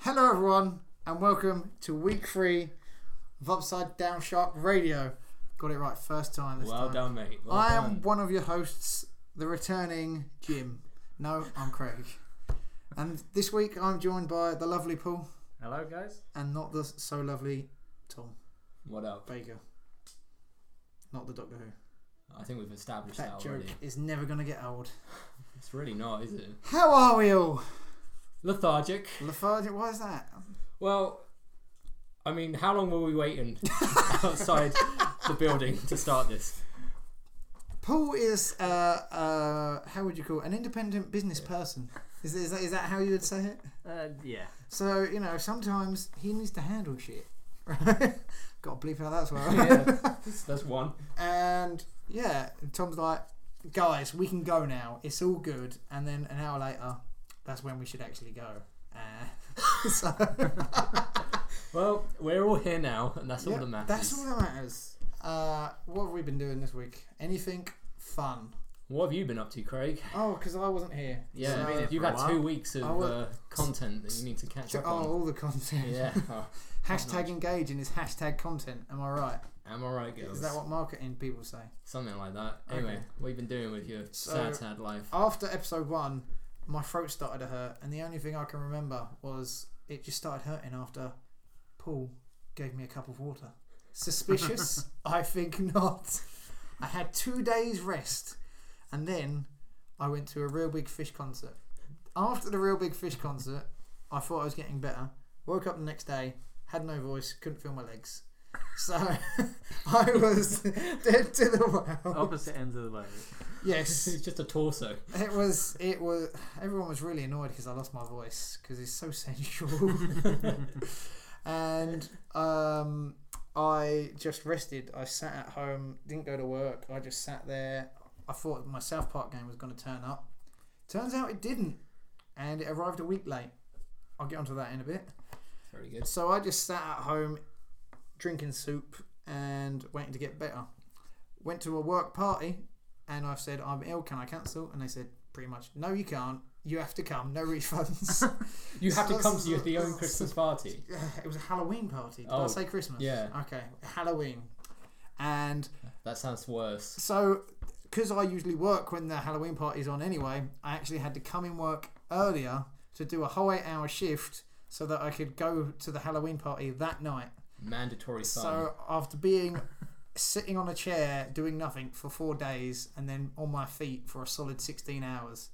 Hello, everyone, and welcome to week three of Upside Down Shark Radio. Got it right first time this Well time. done, mate. Well I done. am one of your hosts, the returning Jim. No, I'm Craig. And this week I'm joined by the lovely Paul Hello, guys. and not the so lovely Tom What up? Baker. Not the Doctor Who. I think we've established That that, joke already. is never going to get old. It's really not, is it? How are we all? Lethargic. Lafarge, why is that? Well, I mean, how long were we waiting outside the building to start this? Paul is, uh, uh, how would you call it? An independent business person. Is, is, that, is that how you would say it? Uh, yeah. So, you know, sometimes he needs to handle shit. Got to bleep out that well. Yeah, that's, that's one. And yeah, Tom's like, guys, we can go now. It's all good. And then an hour later, that's when we should actually go. Uh, so, Well, we're all here now, and that's yeah, all that matters. that's all that matters. Uh, what have we been doing this week? Anything fun? What have you been up to, Craig? Oh, because I wasn't here. Yeah, been here you've for a had while. two weeks of I wa- uh, content that you need to catch So, up oh, on. all the content. Yeah. Oh, hashtag engage and it's hashtag content. Am I right? Am I right, girls? Is that what marketing people say? Something like that. Anyway, Okay. what have you been doing with your So- sad, sad life? after episode one, my throat started to hurt, and the only thing I can remember was it just started hurting after Paul gave me a cup of water. Suspicious? I think not. I had two days rest, and then I went to a Real Big Fish concert. After the Real Big Fish concert, I thought I was getting better. Woke up the next day, had no voice, couldn't feel my legs. So I was dead to the Oh. world. Opposite ends of the way. Yes. It's just a torso. It was. It was. Everyone was really annoyed because I lost my voice because it's so sensual. and um, I just rested. I sat at home, didn't go to work. I just sat there. I thought my South Park game was going to turn up. Turns out it didn't, and it arrived a week late. I'll get onto that in a bit. Very good. So I just sat at home drinking soup and waiting to get better. Went to a work party and I've said, I'm ill, can I cancel? And they said, pretty much, no, you can't. You have to come, no refunds. You have to So- come to your, your own Christmas party. it was a Halloween party. Did I Oh, say Christmas? yeah. Okay, Halloween. And That sounds worse. so, because I usually work when the Halloween party's on anyway, I actually had to come in work earlier to do a whole eight hour shift so that I could go to the Halloween party that night. Mandatory fun. So after being sitting on a chair doing nothing for four days and then on my feet for a solid sixteen hours,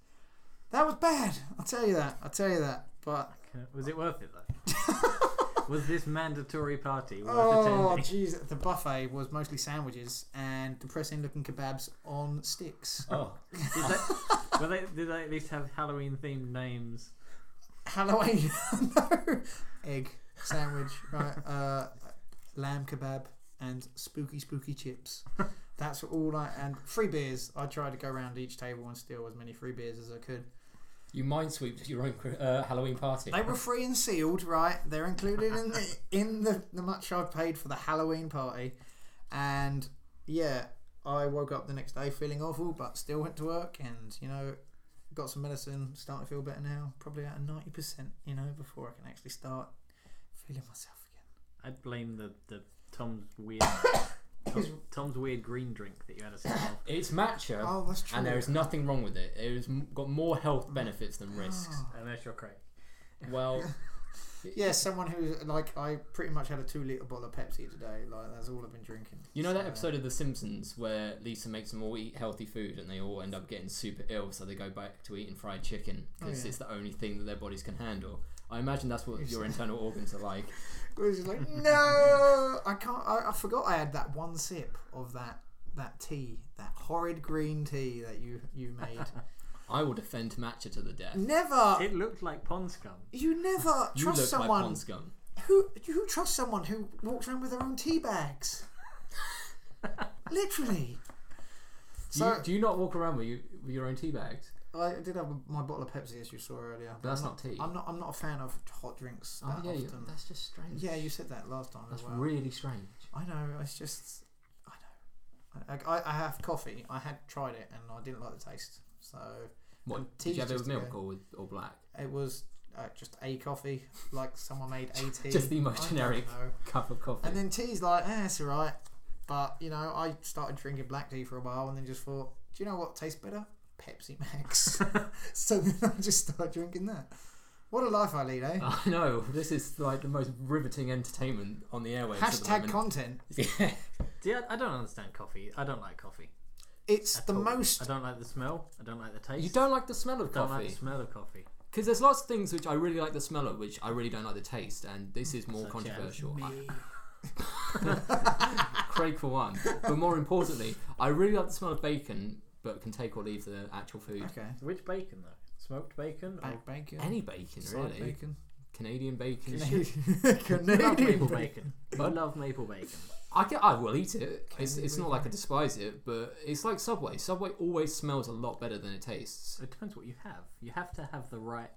that was bad. I'll tell you that. I'll tell you that. But Can- Was it worth it though? was this mandatory party worth oh, attending? jeez, the buffet was mostly sandwiches and depressing-looking kebabs on sticks. oh, Did they, were they, did they at least have Halloween themed names? Halloween, no egg sandwich, right? Uh, lamb kebab and spooky, spooky chips. That's all I and free beers. I tried to go around each table and steal as many free beers as I could. you minesweeped your own Chri- uh, Halloween party. They were free and sealed, right? They're included in the in the, the much I paid for the Halloween party, and yeah, I woke up the next day feeling awful, but still went to work, and you know, got some medicine, starting to feel better now. Probably at ninety percent, you know, before I can actually start feeling myself again. I blame the, the Tom's weird Tom, Tom's weird green drink that you had a sip of. It's matcha, Oh, that's true. and there is nothing wrong with it. It has m- got more health benefits than risks. Unless you're Craig. Well, Ah. yeah, someone who's like I pretty much had a two liter bottle of Pepsi today. Like that's all I've been drinking. you know that So- episode of The Simpsons where Lisa makes them all eat healthy food and they all end up getting super ill, so they go back to eating fried chicken because Oh, yeah. it's the only thing that their bodies can handle. I imagine that's what your internal organs are like. It was just like, no, I can't. I, I forgot I had that one sip of that that tea, that horrid green tea that you you made. I will defend matcha to the death. never, It looked like pond scum. you never You trust look like someone pond scum. who who trusts someone who walks around with their own tea bags. Literally. Do you, So do you not walk around with, you, with your own tea bags? I did have my bottle of Pepsi as you saw earlier. But that's I'm not tea. I'm not. I'm not a fan of hot drinks that Oh, yeah, you- often. that's just strange. Yeah, you said that last time That's as well. really strange. I know. It's just, I know. I, I, I have coffee. I had tried it and I didn't like the taste. So What And did tea's you have it just with a milk bit- or with or black? it was uh, just a coffee, like someone made a tea. Just the most I don't generic know. cup of coffee. And then tea's like, eh, it's alright. But, you know, I started drinking black tea for a while and then just thought, do you know what tastes better? Pepsi Max. so then I just started drinking that. What a life I lead, eh? I know this is like the most riveting entertainment on the airwaves. at the Hashtag moment. content. yeah. See, I, I don't understand coffee. I don't like coffee. It's at the all. I most. don't like the smell. I don't like the taste. You don't like the smell of don't coffee like the smell of coffee. because there's lots of things which I really like the smell of, which I really don't like the taste, and this is more Such as controversial. I- Craig for one, but more importantly, I really like the smell of bacon, but can take or leave the actual food. Okay. Which bacon though? Smoked bacon? Or Back bacon. Any bacon, side really. bacon. Canadian bacon. Canadian, I love maple Canadian bacon. bacon. I love maple bacon. I can, I will eat it. It's, Canadian it's not like I despise it, but it's like Subway. Subway always smells a lot better than it tastes. It depends what you have. You have to have the right.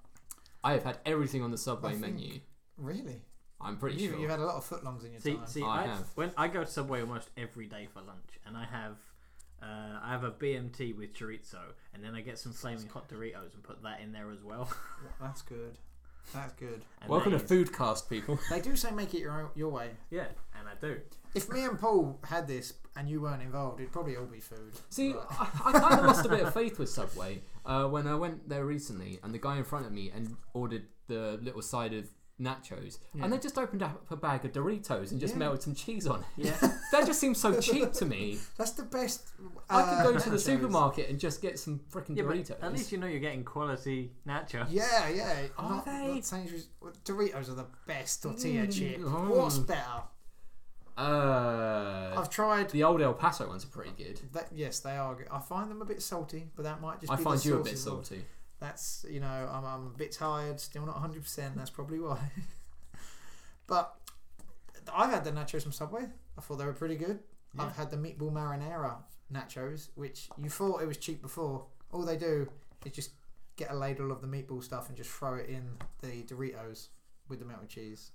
I have had everything on the Subway think- menu. Really? I'm pretty You, sure. You've had a lot of footlongs in your See, time. see, I I, have. when I go to Subway almost every day for lunch, and I have, uh, I have a BMT with chorizo, and then I get some flaming hot Doritos and put that in there as well. That's good. That's good. And Welcome to that is- Foodcast, people. They do say make it your own, your way. Yeah, and I do. If me and Paul had this and you weren't involved, it'd probably all be food. See, But- I, I kind of lost a bit of faith with Subway uh, when I went there recently, and the guy in front of me and ordered the little side of nachos, Yeah. and they just opened up a bag of Doritos and just Yeah. melted some cheese on it. Yeah. That just seems so cheap to me. That's the best. I could go to the Uh, nachos. supermarket and just get some freaking Yeah, Doritos. but at least you know you're getting quality nachos. Yeah, yeah. Are not, they? not Sainsbury's- Doritos are the best tortilla Mm. chip. Oh. What's better? uh, I've tried. the old El Paso ones are pretty good. That, yes, they are. good. I find them a bit salty, but that might just. I be find the you a sauce bit involved. salty. That's you know I'm, I'm a bit tired, still not 100. percent That's probably why. but I've had the nachos from Subway. I thought they were pretty good. Yeah. I've had the meatball marinara nachos, which you thought it was cheap before. All they do is just get a ladle of the meatball stuff and just throw it in the Doritos with the melted cheese.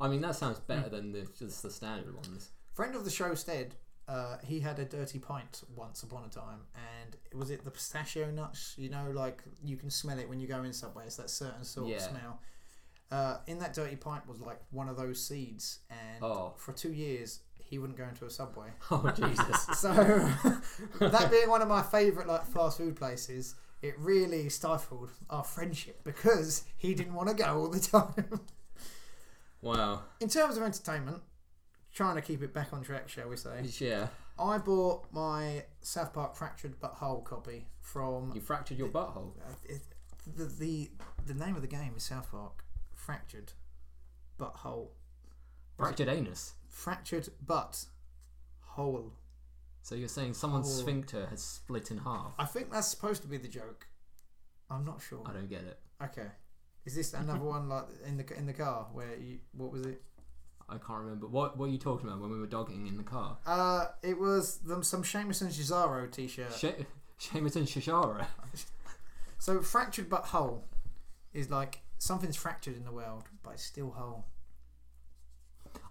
I mean, that sounds better than the, just the standard ones. Friend of the show Stead, uh, he had a dirty pint once upon a time, and was it the pistachio nuts? You know, like you can smell it when you go in Subway. It's that certain sort of Yeah. smell. Uh, in that dirty pint was like one of those seeds, and Oh. for two years he wouldn't go into a Subway. Oh Jesus! So that being one of my favourite like fast food places, it really stifled our friendship because he didn't want to go all the time. wow. in terms of entertainment, trying to keep it back on track, shall we say? Yeah. I bought my South Park Fractured But Whole copy from You fractured your butthole. uh, it, the, the the name of the game is South Park Fractured But Whole. Fractured anus. Fractured But Whole. So you're saying someone's Oh. sphincter has split in half? I think that's supposed to be the joke. I'm not sure. I don't get it. Okay. Is this another one like in the in the car where you what was it? I can't remember. What What were you talking about when we were dogging in the car? Uh, it was them some Seamus and Cesaro t-shirt. She- Seamus and Shishara. So fractured but whole is like something's fractured in the world but it's still whole.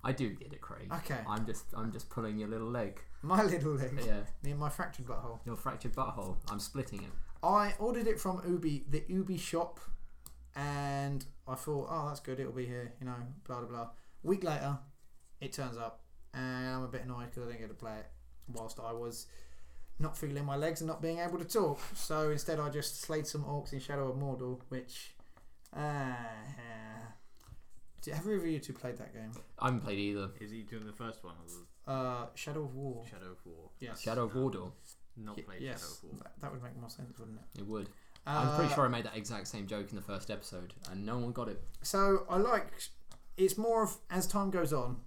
I do get it, Craig. Okay. I'm just I'm just pulling your little leg. My little leg. Yeah, Me and my fractured butthole. your fractured butthole. I'm splitting it. I ordered it from Ubi, the Ubi shop, and I thought, oh, that's good, it'll be here, you know, blah, blah, blah. Week later, it turns up, and I'm a bit annoyed because I didn't get to play it whilst I was not feeling my legs and not being able to talk. So instead, I just slayed some orcs in Shadow of Mordor, which. Uh, have either of you two played that game? I haven't played either. Is he doing the first one or Uh, Shadow of War. the Shadow of War? Yes. Shadow of Mordor. Not Y- played Shadow yes. of War. That, that would make more sense, wouldn't it? It would. Uh, I'm pretty sure I made that exact same joke in the first episode, and no one got it. So I like it's more of as time goes on,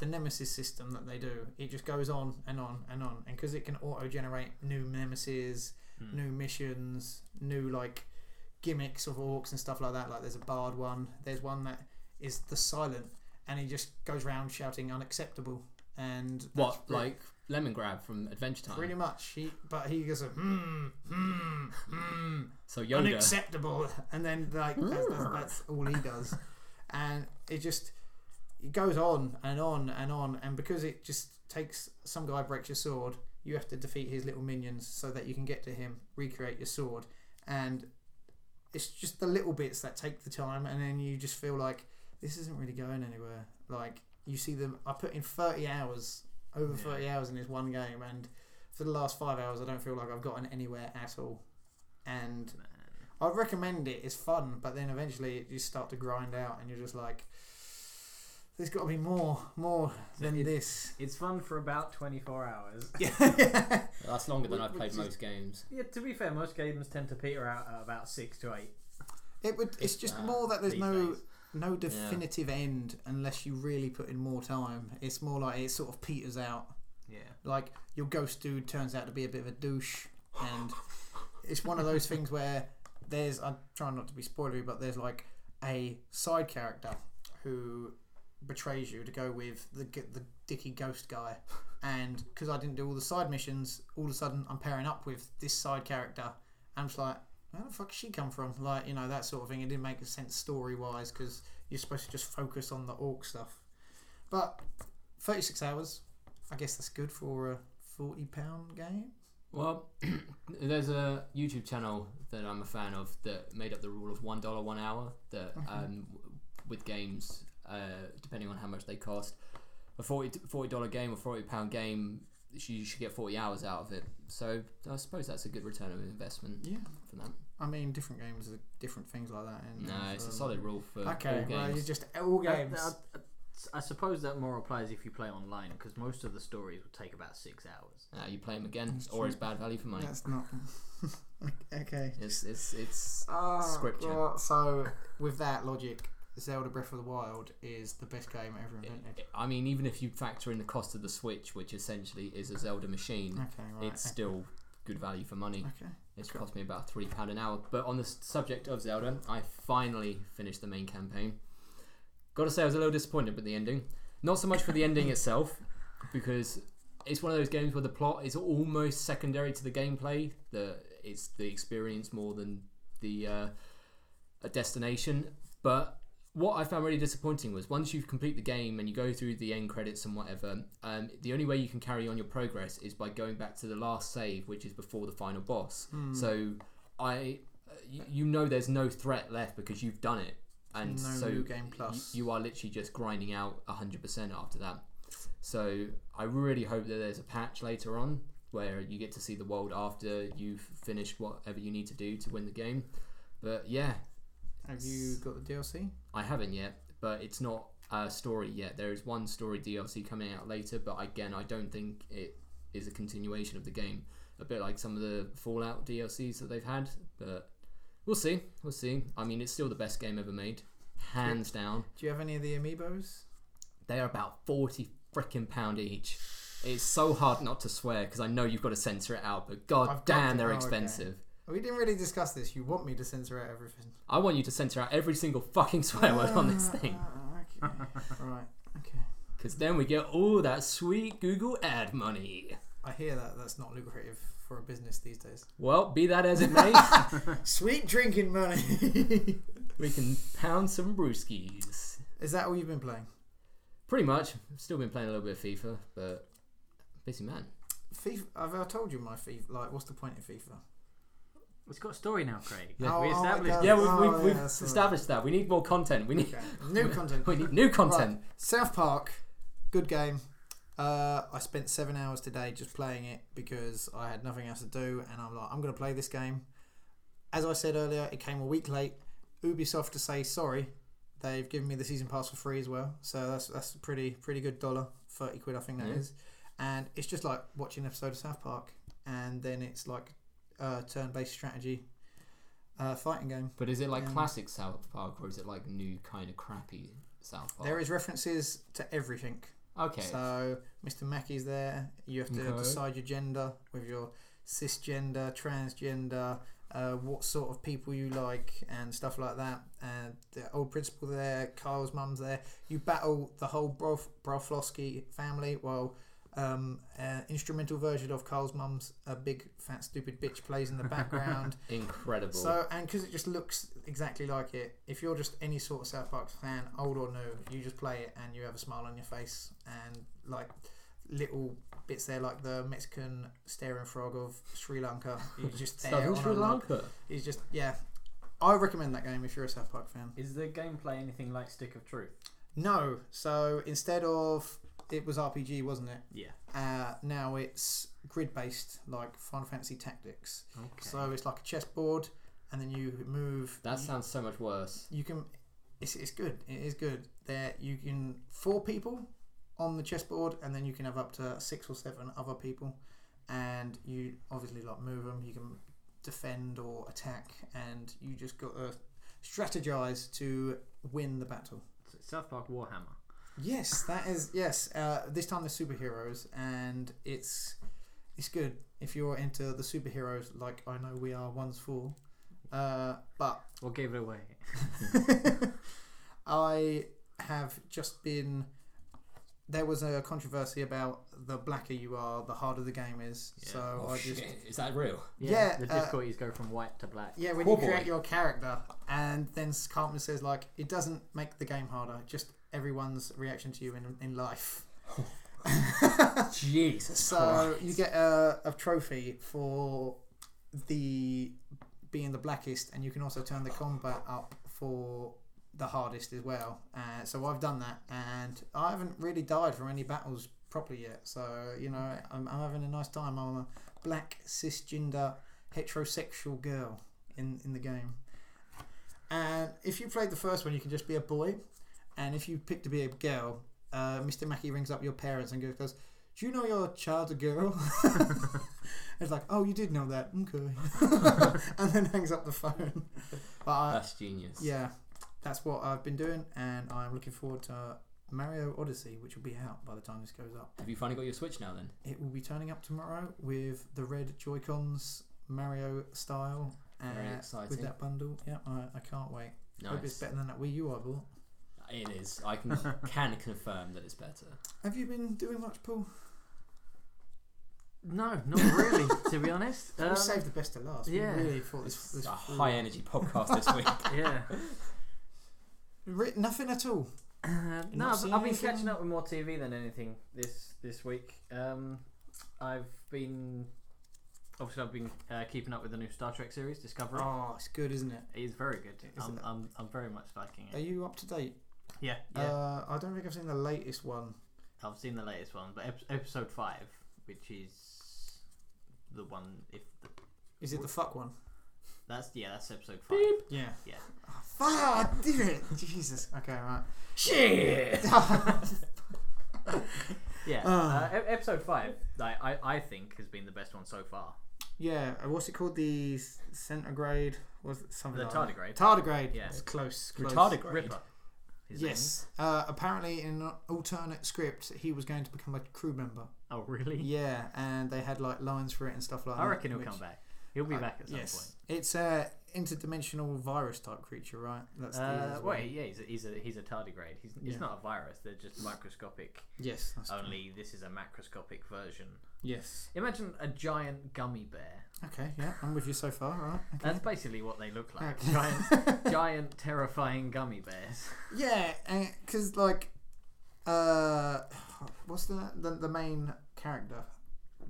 the nemesis system that they do. It just goes on and on and on, and because it can auto-generate new nemesis, Hmm. new missions, new like gimmicks of orcs and stuff like that. Like there's a bard one. There's one that is the silent, and he just goes around shouting unacceptable. And What that's re- like lemon grab from Adventure Time? pretty much he, but he goes hmm hmm hmm So Yoda. unacceptable. And then like that's, that's, that's all he does, and it just it goes on and on and on, and because it just takes some guy breaks your sword, you have to defeat his little minions so that you can get to him, recreate your sword, and it's just the little bits that take the time, and then you just feel like this isn't really going anywhere. Like you see them, I put in thirty hours, over Yeah. thirty hours in this one game, and for the last five hours, I don't feel like I've gotten anywhere at all. And I recommend it. It's fun, but then eventually you start to grind out, and you're just like, "There's got to be more, more So than it- this." It's fun for about 24 hours. yeah, That's longer than Which- I've played which is- most games. Yeah, to be fair, most games tend to peter out at about six to eight. it would. It's just uh, more that there's these no days. no definitive end unless you really put in more time. It's more like it sort of peters out. Yeah. Like your ghost dude turns out to be a bit of a douche, and it's one of those things where there's I'm trying not to be spoilery, but there's like a side character who betrays you to go with the g- the dicky ghost guy, and because I didn't do all the side missions, all of a sudden I'm pairing up with this side character. I'm just like, where the fuck did she come from? Like you know that sort of thing. It didn't make sense story wise because you're supposed to just focus on the orc stuff, but 36 hours. I guess that's good for a forty pound game. Well, there's a YouTube channel that I'm a fan of that made up the rule of one dollar one hour that Uh-huh. um, w- with games, uh, depending on how much they cost, a 40 dollar game or forty pound game, you should get forty hours out of it. So I suppose that's a good return on investment Yeah, for that. I mean, different games are different things like that. And No, it's a um, solid rule for all Okay, games. well, you just all games. I, I suppose that more applies if you play online, because most of the stories will take about six hours. Uh, you play them again, That's or it's true. bad value for money. That's not okay. It's it's it's Oh, Scripture. God. So, with that logic, Zelda Breath of the Wild is the best game ever invented. I mean, even if you factor in the cost of the Switch, which essentially is a Zelda machine, Okay, right. it's still good value for money. okay. It's Cool. cost me about three pound an hour. But on the s- subject of Zelda, I finally finished the main campaign. Got to say, I was a little disappointed with the ending. Not so much for the ending itself, because it's one of those games where the plot is almost secondary to the gameplay. The it's the experience more than the uh, a destination. But what I found really disappointing was once you complete the game and you go through the end credits and whatever, um, the only way you can carry on your progress is by going back to the last save, which is before the final boss. Hmm. So I, uh, you, you know, there's no threat left because you've done it, and No so new game y- plus. you are literally just grinding out hundred percent after that. So I really hope that there's a patch later on where you get to see the world after you've finished whatever you need to do to win the game. But yeah, Have you got the DLC? I haven't yet, but it's not a story yet. There is one story DLC coming out later, but again, I don't think it is a continuation of the game. A bit like some of the Fallout DLCs that they've had, but we'll see. We'll see. I mean, it's still the best game ever made, hands down. Do you have any of the amiibos? They are about 40 freaking pound each. It's so hard not to swear because I know you've got to censor it out, but god I've got damn, to- they're oh, okay. expensive. We didn't really discuss this. You want me to censor out everything? I want you to censor out every single fucking swear word on this Ah, thing. ah, okay. right. Okay. Because then we get all that sweet Google ad money. I hear that that's not lucrative for a business these days. Well, be that as it may, Sweet drinking money. we can pound some brewskis. Is that all you've been playing? Pretty much. Still been playing a little bit of FIFA, but busy man. FIFA. Have I told you my FIFA? Like, what's the point in FIFA? It's got a story now, Craig. Yeah. Oh, we oh my established. God. Yeah, we've, Oh, we've, yeah, we've that's all right. established that. We need more content. We need Okay. New content. we need new content. South Park, good game. Uh, I spent seven hours today just playing it because I had nothing else to do, and I'm like, I'm gonna play this game. As I said earlier, it came a week late. Ubisoft to say sorry, they've given me the season pass for free as well, so that's that's a pretty pretty good dollar, thirty quid I think that is. Yeah. And it's just like watching an episode of South Park, and then it's like a turn-based strategy uh, fighting game. But is it like Um, classic South Park or is it like new kind of crappy South Park? There is references to everything. okay. So Mr. Mackey's there. You have to Okay. decide your gender with your cisgender, transgender, uh, what sort of people you like, and stuff like that. And the old principal there, Kyle's mum's there. You battle the whole Brof- Broflovsky family. Well, um, an instrumental version of Kyle's mum's a big fat stupid bitch plays in the background. Incredible. So, and because it just looks exactly like it, if you're just any sort of South Park fan, old or new, you just play it and you have a smile on your face and like little bits there, like the Mexican staring frog of Sri Lanka. He's just there. Southern on Sri a lo- Lanka. He's just yeah. I recommend that game if you're a South Park fan. Is the gameplay anything like Stick of Truth? No, so instead of it was RPG, wasn't it? Yeah. Uh, now it's grid based, like Final Fantasy Tactics. Okay. So it's like a chessboard, and then you move. That sounds so much worse. You can. It's, it's good. It is good. There you can four people on the chessboard, and then you can have up to six or seven other people, and you obviously like move them. You can defend or attack, and you just got to strategize to win the battle. S- South Park Warhammer. Yes, that is yes. Uh, this time the superheroes, and it's it's good if you're into the superheroes, like I know we are ones for. Uh, but Or gave it away. I have just been. There was a controversy about the blacker you are, the harder the game is. Yeah. So Oh, I just shit. Is that real? Yeah, The uh, difficulties go from white to black. yeah, when Poor you create boy. your character, and then Carpenter says like it doesn't make the game harder, just everyone's reaction to you in in life. Jesus. So you get a, a trophy for the being the blackest, and you can also turn the combat up for the hardest as well. Uh, so I've done that, and I haven't really died from any battles properly yet. So you know, I'm, I'm having a nice time. I'm a black cisgender heterosexual girl in in the game. And if you played the first one, you can just be a boy, and if you pick to be a girl, uh, Mr. Mackey rings up your parents and goes, goes do you know your child's a girl? it's like, oh, you did know that. Okay. and then hangs up the phone. But I, That's genius. Uh, yeah, that's what I've been doing, and I'm looking forward to Mario Odyssey, which will be out by the time this goes up. Have you finally got your Switch now then? It will be turning up tomorrow with the red Joy Cons, Mario style. Uh, Very exciting. With that bundle, yeah, I, I can't wait. Hope it's Nice. better than that Wii U I bought. It is. I can can confirm that it's better. Have you been doing much, Paul? No, not really. to be honest. we Um, saved the best to last. yeah. We really thought this, It's this a high energy podcast this week. yeah. Re- nothing at all. Uh, not no, I've, seen I've been anything? catching up with more TV than anything this this week. Um, I've been obviously I've been uh, keeping up with the new Star Trek series Discovery. Oh, it's good, isn't it? It is very good. I'm, it? I'm, I'm very much liking Are it. you up to date? Yeah, yeah. Uh, I don't think I've seen the latest one. I've seen the latest one, but ep- episode five, which is the one if Is it the fuck one? that's yeah that's episode five. Yeah. Yeah. Oh, fuck! I did it. Jesus. Okay, right. Shit. Yeah, Ah. uh, ep- episode five. Like, I I think has been the best one so far. Yeah. uh, What's it called? The s- centigrade was it something. The like That. tardigrade. Tardigrade. Yeah. It's close. close. Retardograde. Ripper. his name is. Yes. Uh, apparently, in an alternate script, he was going to become a crew member. Oh really? Yeah, and they had like lines for it and stuff like that. I reckon he'll which- come back. He'll be I- back at some yes. point. It's a interdimensional virus type creature, right? That's the Uh, as well. well, yeah, he's a, he's a he's a tardigrade. He's it's Yeah. not a virus. They're just microscopic. Yes. That's true. Only this is a macroscopic version. Yes. Imagine a giant gummy bear. Okay. Yeah, I'm with you so far. All right. Okay. That's basically what they look like. Okay. Giant, giant, terrifying gummy bears. Yeah, because like, uh, what's the, the the main character,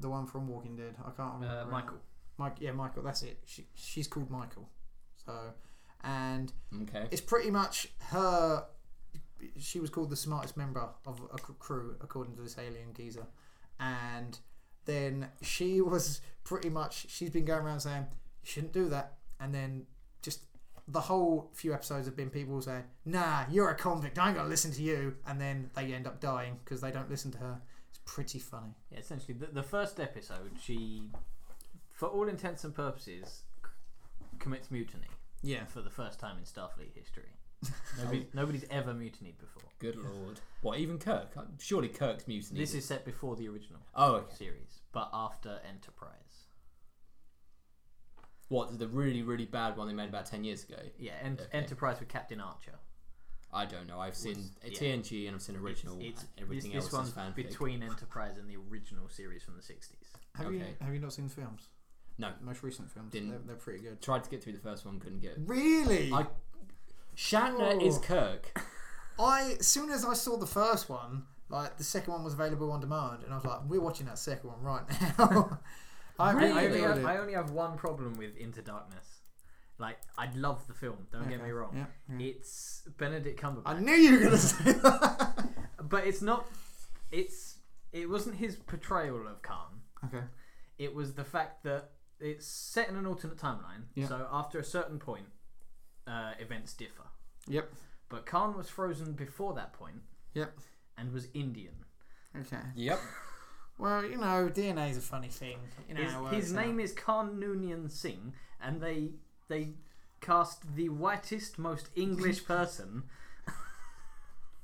the one from Walking Dead? I can't remember. Uh, her name. Michael. Mike. Yeah, Michael. That's it. She she's called Michael. So, and Okay. it's pretty much her. She was called the smartest member of a cr- crew, according to this alien geezer. And then she was pretty much. She's been going around saying, "You shouldn't do that." And then just the whole few episodes have been people saying, "Nah, you're a convict. I ain't gonna listen to you." And then they end up dying because they don't listen to her. It's pretty funny. Yeah, essentially, the, the first episode, she, for all intents and purposes, c- commits mutiny Yeah. for the first time in Starfleet history. Nobody, Oh. nobody's ever mutinied before. Good lord. What? Even Kirk? Uh, Surely Kirk's mutiny. This is set before the original Oh, okay. series, but after Enterprise. What? The really, really bad one they made about ten years ago. Yeah, Ent- Okay. Enterprise with Captain Archer. I don't know. I've seen yeah. TNG and I've seen original. It's and everything this, this else one's is fanfic. between Enterprise and the original series from the sixties. Have you Okay. have you not seen the films? No. The most recent films. Didn't. They're, they're pretty good. Tried to get through the first one, couldn't get. it. Really? I- Shatner Oh. is Kirk. I as soon as I saw the first one, like the second one was available on demand, and I was like, "We're watching that second one right now." I Really? really I, only enjoyed have, it. I only have one problem with Into Darkness, Like I love the film. Don't get me Okay, wrong. Yeah, Mm-hmm. yeah. It's Benedict Cumberbatch. I knew you were going to say that. but it's not it's it wasn't his portrayal of Khan. okay. It was the fact that it's set in an alternate timeline. Yeah. So after a certain point, uh, events differ. Yep. But Khan was frozen before that point Yep. and was Indian. Okay. Yep. Well, you know, DNA's a funny thing. You know, His, how it his works name is Khan Noonien Singh, and they they cast the whitest, most English person.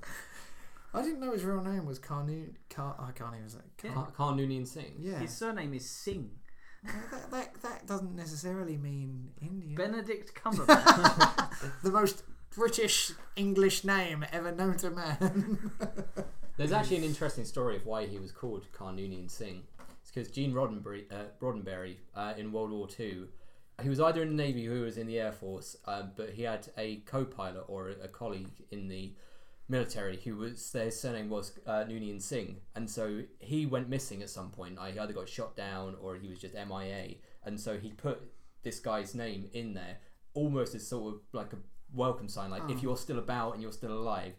out. I didn't know his real name was Carnu. Car- I can't even say. Car- Khan Khan Noonien Singh. yeah. His surname is Singh. Well, that, that that doesn't necessarily mean Indian. Benedict Cumberbatch. the most British English name ever known to man. There's actually an interesting story of why he was called Khan Noonien Singh. It's because Gene Roddenberry, uh, Roddenberry uh, in World War Two, he was either in the Navy or he was in the Air Force, uh, but he had a co-pilot or a, a colleague in the military who was their surname was uh, Noonien Singh, and so he went missing at some point. Like, he either got shot down or he was just MIA, and so he put this guy's name in there almost as sort of like a welcome sign, like if you're still about and you're still alive,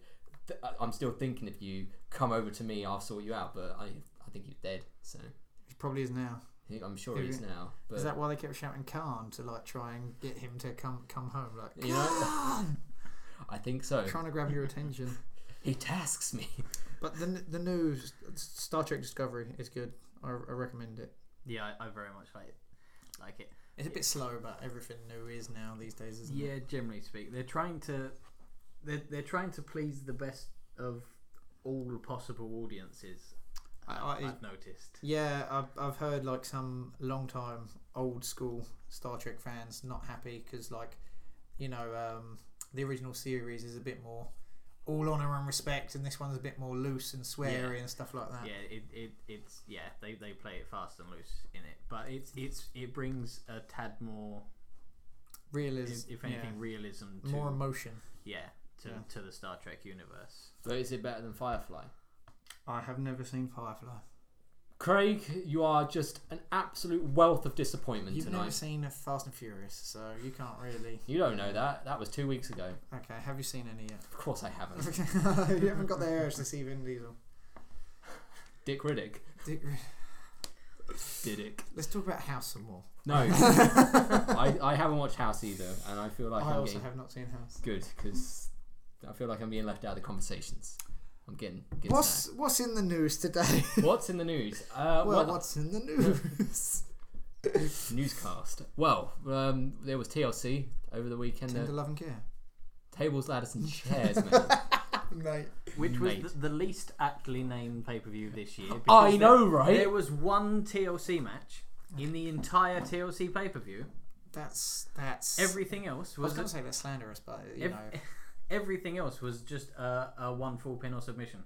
th- I- I'm still thinking of you. Come over to me, I'll sort you out. But I, I think he's dead, so he probably is now. he- I'm sure Is he is it- now. But Is that why they kept shouting Khan to like try and get him to come come home? Like You know- Khan, I think so. trying to grab your attention. He tasks me. But the the new S- Star Trek Discovery is good. I, I recommend it. yeah, I, I very much like like it. It's a bit slow, but everything new is now these days, isn't it? Yeah, generally speak, they're trying to they're, they're trying to please the best of all possible audiences. I- I- I've noticed. Yeah, I've, I've heard like some long time old school Star Trek fans not happy because like you know um, the original series is a bit more all honor and respect, and this one's a bit more loose and sweary Yeah. and stuff like that. Yeah, it, it it's yeah they, they play it fast and loose in it, but it's it's it brings a tad more Realism, if if anything realism to more emotion. yeah to Yeah. to the Star Trek universe. But is it better than Firefly? I have never seen Firefly. Craig, you are just an absolute wealth of disappointment You've never tonight. seen Fast and Furious, so you can't really. You don't know that. That was two weeks ago. Okay, have you seen any yet? Of course I haven't. you haven't got the urge to see Vin Diesel. Dick Riddick. Dick- Diddick. Let's talk about House some more. No, I, I haven't watched House either, and I feel like I I'm also getting have not seen House. good because I feel like I'm being left out of the conversations. I'm getting. getting What's what's in the news today? sad. what's in the news? Uh, Well, well, what's in the news? newscast. Well, um, there was TLC over the weekend. Tender The love and care, tables, ladders, and chairs. Man. mate. Which was Mate. the, the least aptly named pay per view this year. because I there- know, right? There was one TLC match in the entire TLC pay per view. That's that's. Everything else I was was going to say that's slanderous, but you Ev- know, everything else was just a, a one full pin or submission.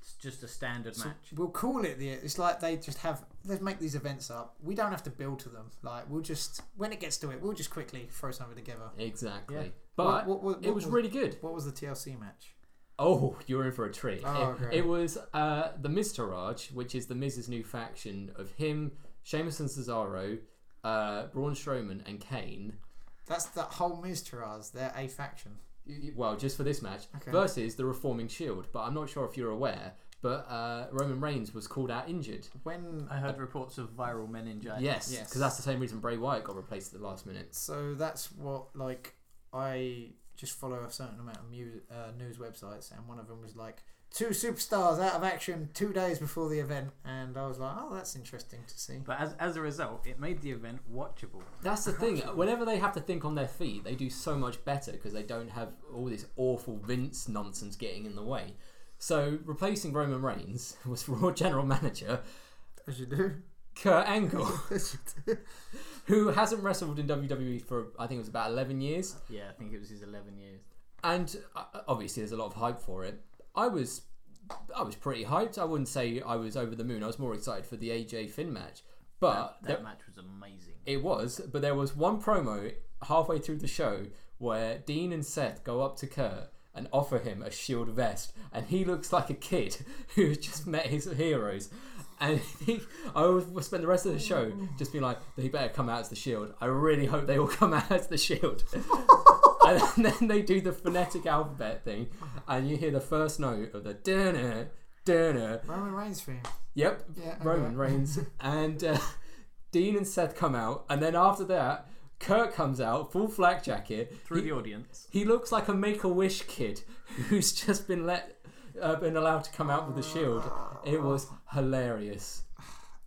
It's just a standard so match. we'll call it the. It's like they just have they make these events up. We don't have to build to them. Like we'll just when it gets to it, we'll just quickly throw something together. Exactly. Yeah. What- But what- what- it was what- really good. What was the TLC match? Oh, you're in for a treat. Oh, it, great. it was uh, the Miztourage, which is the Miz's new faction of him, Sheamus and Cesaro, uh, Braun Strowman, and Kane. That's that whole Miz Taraz. They're a faction. Y- y- Well, just for this match Okay. versus the Reforming Shield. But I'm not sure if you're aware, but uh, Roman Reigns was called out injured. When I heard reports of viral meningitis. Yes, Uh, Yes. because that's the same reason Bray Wyatt got replaced at the last minute. so that's what like I just follow a certain amount of mu- uh, news websites, and one of them was like two superstars out of action two days before the event, and I was like, oh, that's interesting to see. But as, as a result, it made the event watchable. That's the thing. Whenever they have to think on their feet, they do so much better because they don't have all this awful Vince nonsense getting in the way. So replacing Roman Reigns was Raw General Manager As you do. Kurt Angle, As you do. who hasn't wrestled in WWE for I think it was about 11 years, Yeah, I think it was his 11 years. and uh, obviously there's a lot of hype for it. I was, I was pretty hyped. I wouldn't say I was over the moon. I was more excited for the AJ Finn match, but That there- match was amazing. It was, but there was one promo halfway through the show where Dean and Seth go up to Kurt and E offer him a shield vest, and he looks like a kid who has just met his heroes. And he, I would spend the rest of the show just being like, "They better come out as the Shield." I really hope they all come out as the Shield. E and then they do the phonetic alphabet thing, and you hear the first note of the dinner, dinner. Roman Reigns theme. Yep, Yeah, I Roman know. Reigns, and uh, Dean and Seth come out, and then after that, Kirk comes out, full flak jacket. through he, the audience. he looks like a Make a Wish kid who's just been let, uh, been allowed to come out with the shield. It was hilarious.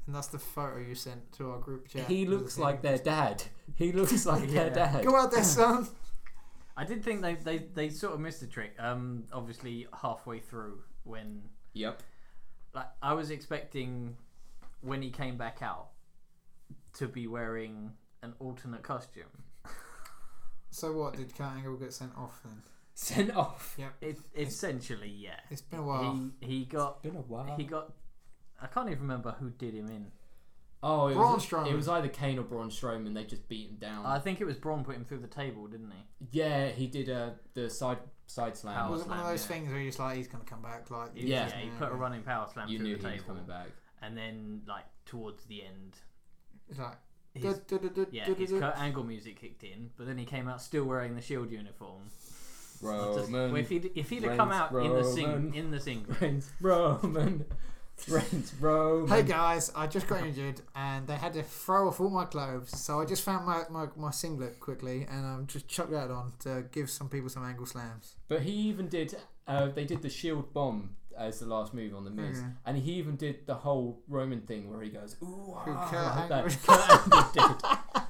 And that's the photo you sent to our group chat. he with the looks thing. like their dad. He looks like Yeah. their dad. Go out there, son. I did think they, they, they sort of missed a trick. Um, obviously halfway through when Yep. like I was expecting when he came back out to be wearing an alternate costume. so what did Kurt Angle get sent off then? Sent off. It, essentially, yeah. It's been a while. He he got Been a while. he got. I can't even remember who did him in. oh, it Braun was, Strowman. it was either Kane or Braun Strowman. They just beat him down. I think it was Braun put him through the table, didn't he? yeah, he did uh, the side side slam. Power was it one of slam, those yeah. things where you're just like, he's gonna come back? Like, He- Yeah. he put a running power slam You through knew the he was table, coming back. and then like towards the end, It's like, his, duh, duh, duh, duh, yeah, duh, his duh, Kurt Angle music kicked in, but then he came out still wearing the Shield uniform. I just- well, Roman. if he'd if he'd have come Reigns, out in the Roman. sing in the singlet, Reigns Roman. Reigns Roman. Hey guys, I just got injured and they had to throw off all my clothes, so I just found my, my, my singlet quickly and I um, just chucked that on to give some people some angle slams. But he even did. Uh, they did the shield bomb as the last move on the Miz, Mhm. and he even did the whole Roman thing where he goes, "Ooh, ah," Kurt like Angle. that. Kurt Angle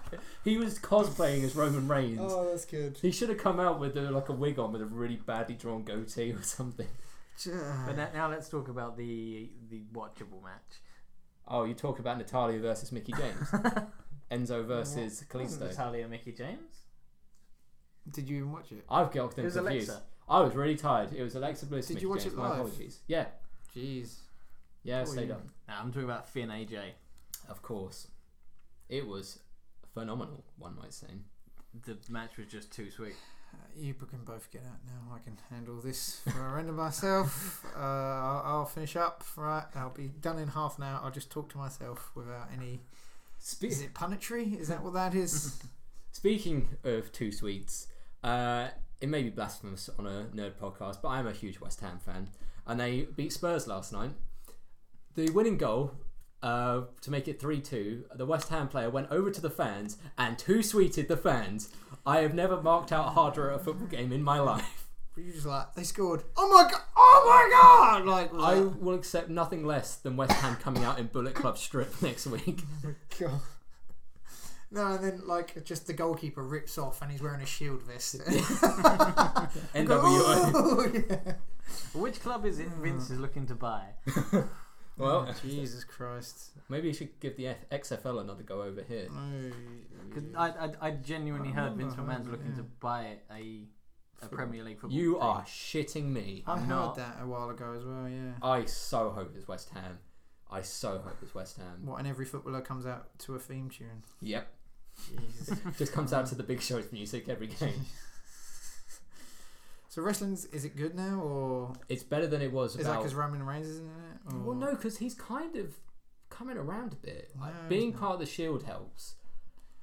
did. He was cosplaying as Roman Reigns. Oh, that's good. He should have come out with uh like a wig on with a really badly drawn goatee or something. But now, now let's talk about the the watchable match. Oh, you talk about Natalia versus Mickey James, Enzo versus Wasn't Kalisto. Natalia Mickey James? Did you even watch it? I've got It them was confused. Alexa. I was really tired. It was Alexa Bliss. Did Mickey you watch James. it My live? apologies. Yeah, Jeez. yeah, Oh, stayed yeah. up. Now I'm talking about Finn AJ. Of course, it was phenomenal. One might say. The match was just too sweet. Uh, you can both get out now. I can handle this for a render myself. Uh, I'll, I'll finish up. Right, I'll be done in half now. I'll just talk to myself without any. Spe- Is it punitry? Is that what that is? Speaking of two sweets, uh, it may be blasphemous on a nerd podcast, but I am a huge West Ham fan, and they beat Spurs last night. The winning goal uh, to make it three-two, the West Ham player went over to the fans and two-sweeted the fans. I have never marked out harder at a football game in my life. Were you just like they scored? Oh my god! Oh my god! Like was I that- will accept nothing less than West Ham coming out in Bullet Club strip next week. God. No, and then like just the goalkeeper rips off and he's wearing a shield vest. "Oh, NWO. yeah. Which club is it Vince is looking to buy? Well, Jesus Christ! maybe you should give the F- XFL another go over here. No, 'Cause I, I I genuinely I heard Vince remember, McMahon's yeah. looking to buy a a Premier League football. You team. are shitting me. I I'm heard not- that a while ago as well. Yeah. I so hope it's West Ham. I so hope it's West Ham. What and every footballer comes out to a theme tune. Yep. Jesus. Just comes out to the big show's music every game. so wrestling's is it good now or It's better than it was is that about. because Roman Reigns is in it? Or? well, no, because he's kind of coming around a bit. Like, No, being he's not. part of the Shield helps.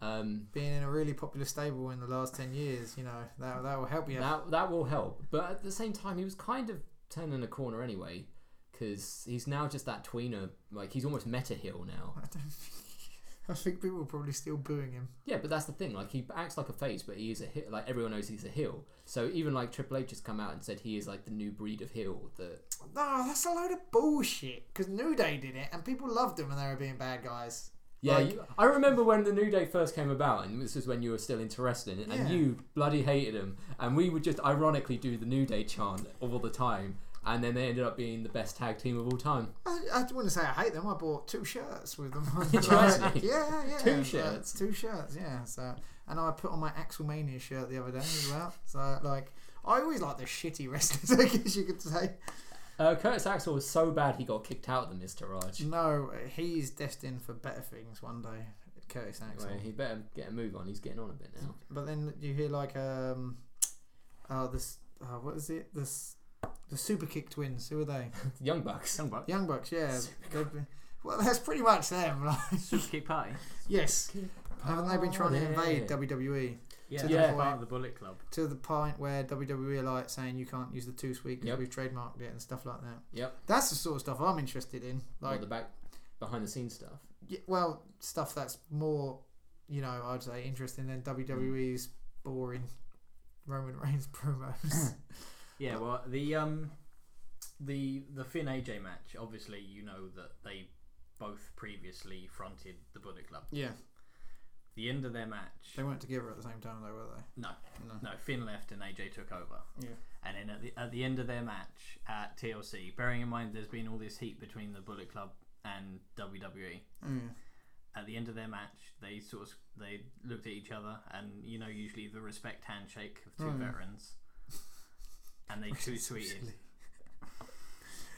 Um, Being in a really popular stable in the last ten years, you know that that will help you. out. That that will help. But at the same time, he was kind of turning a corner anyway, because he's now just that tweener. Like he's almost meta heel now. I don't think. I think people are probably still booing him. Yeah, but that's the thing. Like he acts like a face, but he is a heel. Like everyone knows he's a heel. So even like Triple H has come out and said he is like the new breed of heel that No, that's a load of bullshit. Because New Day did it, and people loved them, and they were being bad guys. Yeah, Like- you, I remember when the New Day first came about, and this was when you were still interested in it, and Yeah. you bloody hated them. And we would just ironically do the New Day chant all the time, and then they ended up being the best tag team of all time. I, I wouldn't say I hate them. I bought two shirts with them. on. Did you actually? Yeah, yeah. Two like, shirts? two shirts. Yeah. So, and I put on my Axelmania shirt the other day as well. So, like, I always like the shitty wrestlers. I guess you could say. Uh, Curtis Axel was so bad he got kicked out of the Mr. Raj. No, he's destined for better things one day. Curtis Axel. Anyway, he better get a move on. He's getting on a bit now. But then you hear like um, oh this oh, what is it this the Super Kick twins? Who are they? Young Bucks. Young Buck. Young Bucks, yeah. Super They've been, Well, that's pretty much them. Like, Suki Party. yes. Haven't they been trying to invade Oh, E? Yeah. WWE Yeah, To the that's point- part of the Bullet Club. to the point where WWE are like saying you can't use the two sweet because Yep. we've trademarked it and stuff like that? Yep. That's the sort of stuff I'm interested in. All Like, the back behind the scenes stuff. y well, stuff that's more, you know, I'd say interesting than WWE's boring Roman Reigns promos. Yeah, well, the um, the the Finn AJ match. Obviously, you know that they both previously fronted the Bullet Club. yeah, The end of their match. they weren't together at the same time though, were they? No, No. no. Finn left and AJ took over. Yeah. And then at the at the end of their match at TLC, bearing in mind there's been all this heat between the Bullet Club and WWE. Mm. At the end of their match, they sort of they looked at each other, and you know usually the respect handshake of two Mm. veterans, and they two sweeted.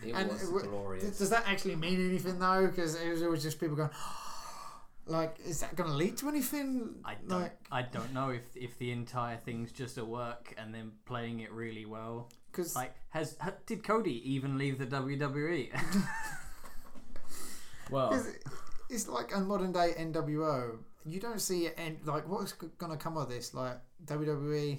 It And was it wa- Does, glorious. does that actually mean anything though? Because it was always just people going, like, is that going to lead to anything? I don't, Like, I don't know if if the entire thing's just a work and then playing it really well. because Like, has ha- did Cody even leave the E? WWE? Well, it's like a modern day NWO. You don't see it end like what's going to come of this? Like WWE,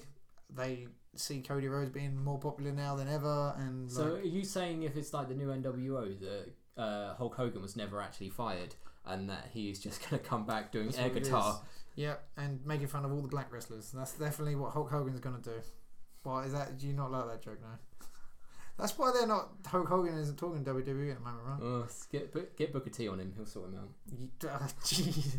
they see Cody Rhodes being more popular now than ever, and so like, are you saying if it's like the new NWO that uh, Hulk Hogan was never actually fired and that he's just going to come back doing That's air what it guitar? yeah, and making fun of all the black wrestlers. That's definitely what Hulk Hogan's going to do. Why is that? Do you not like that joke now? That's why they're not Hulk Hogan isn't talking WWE E at the moment, right? Oh, s- get, Bu- get Booker T on him. He'll sort him out. You- ah, jeez.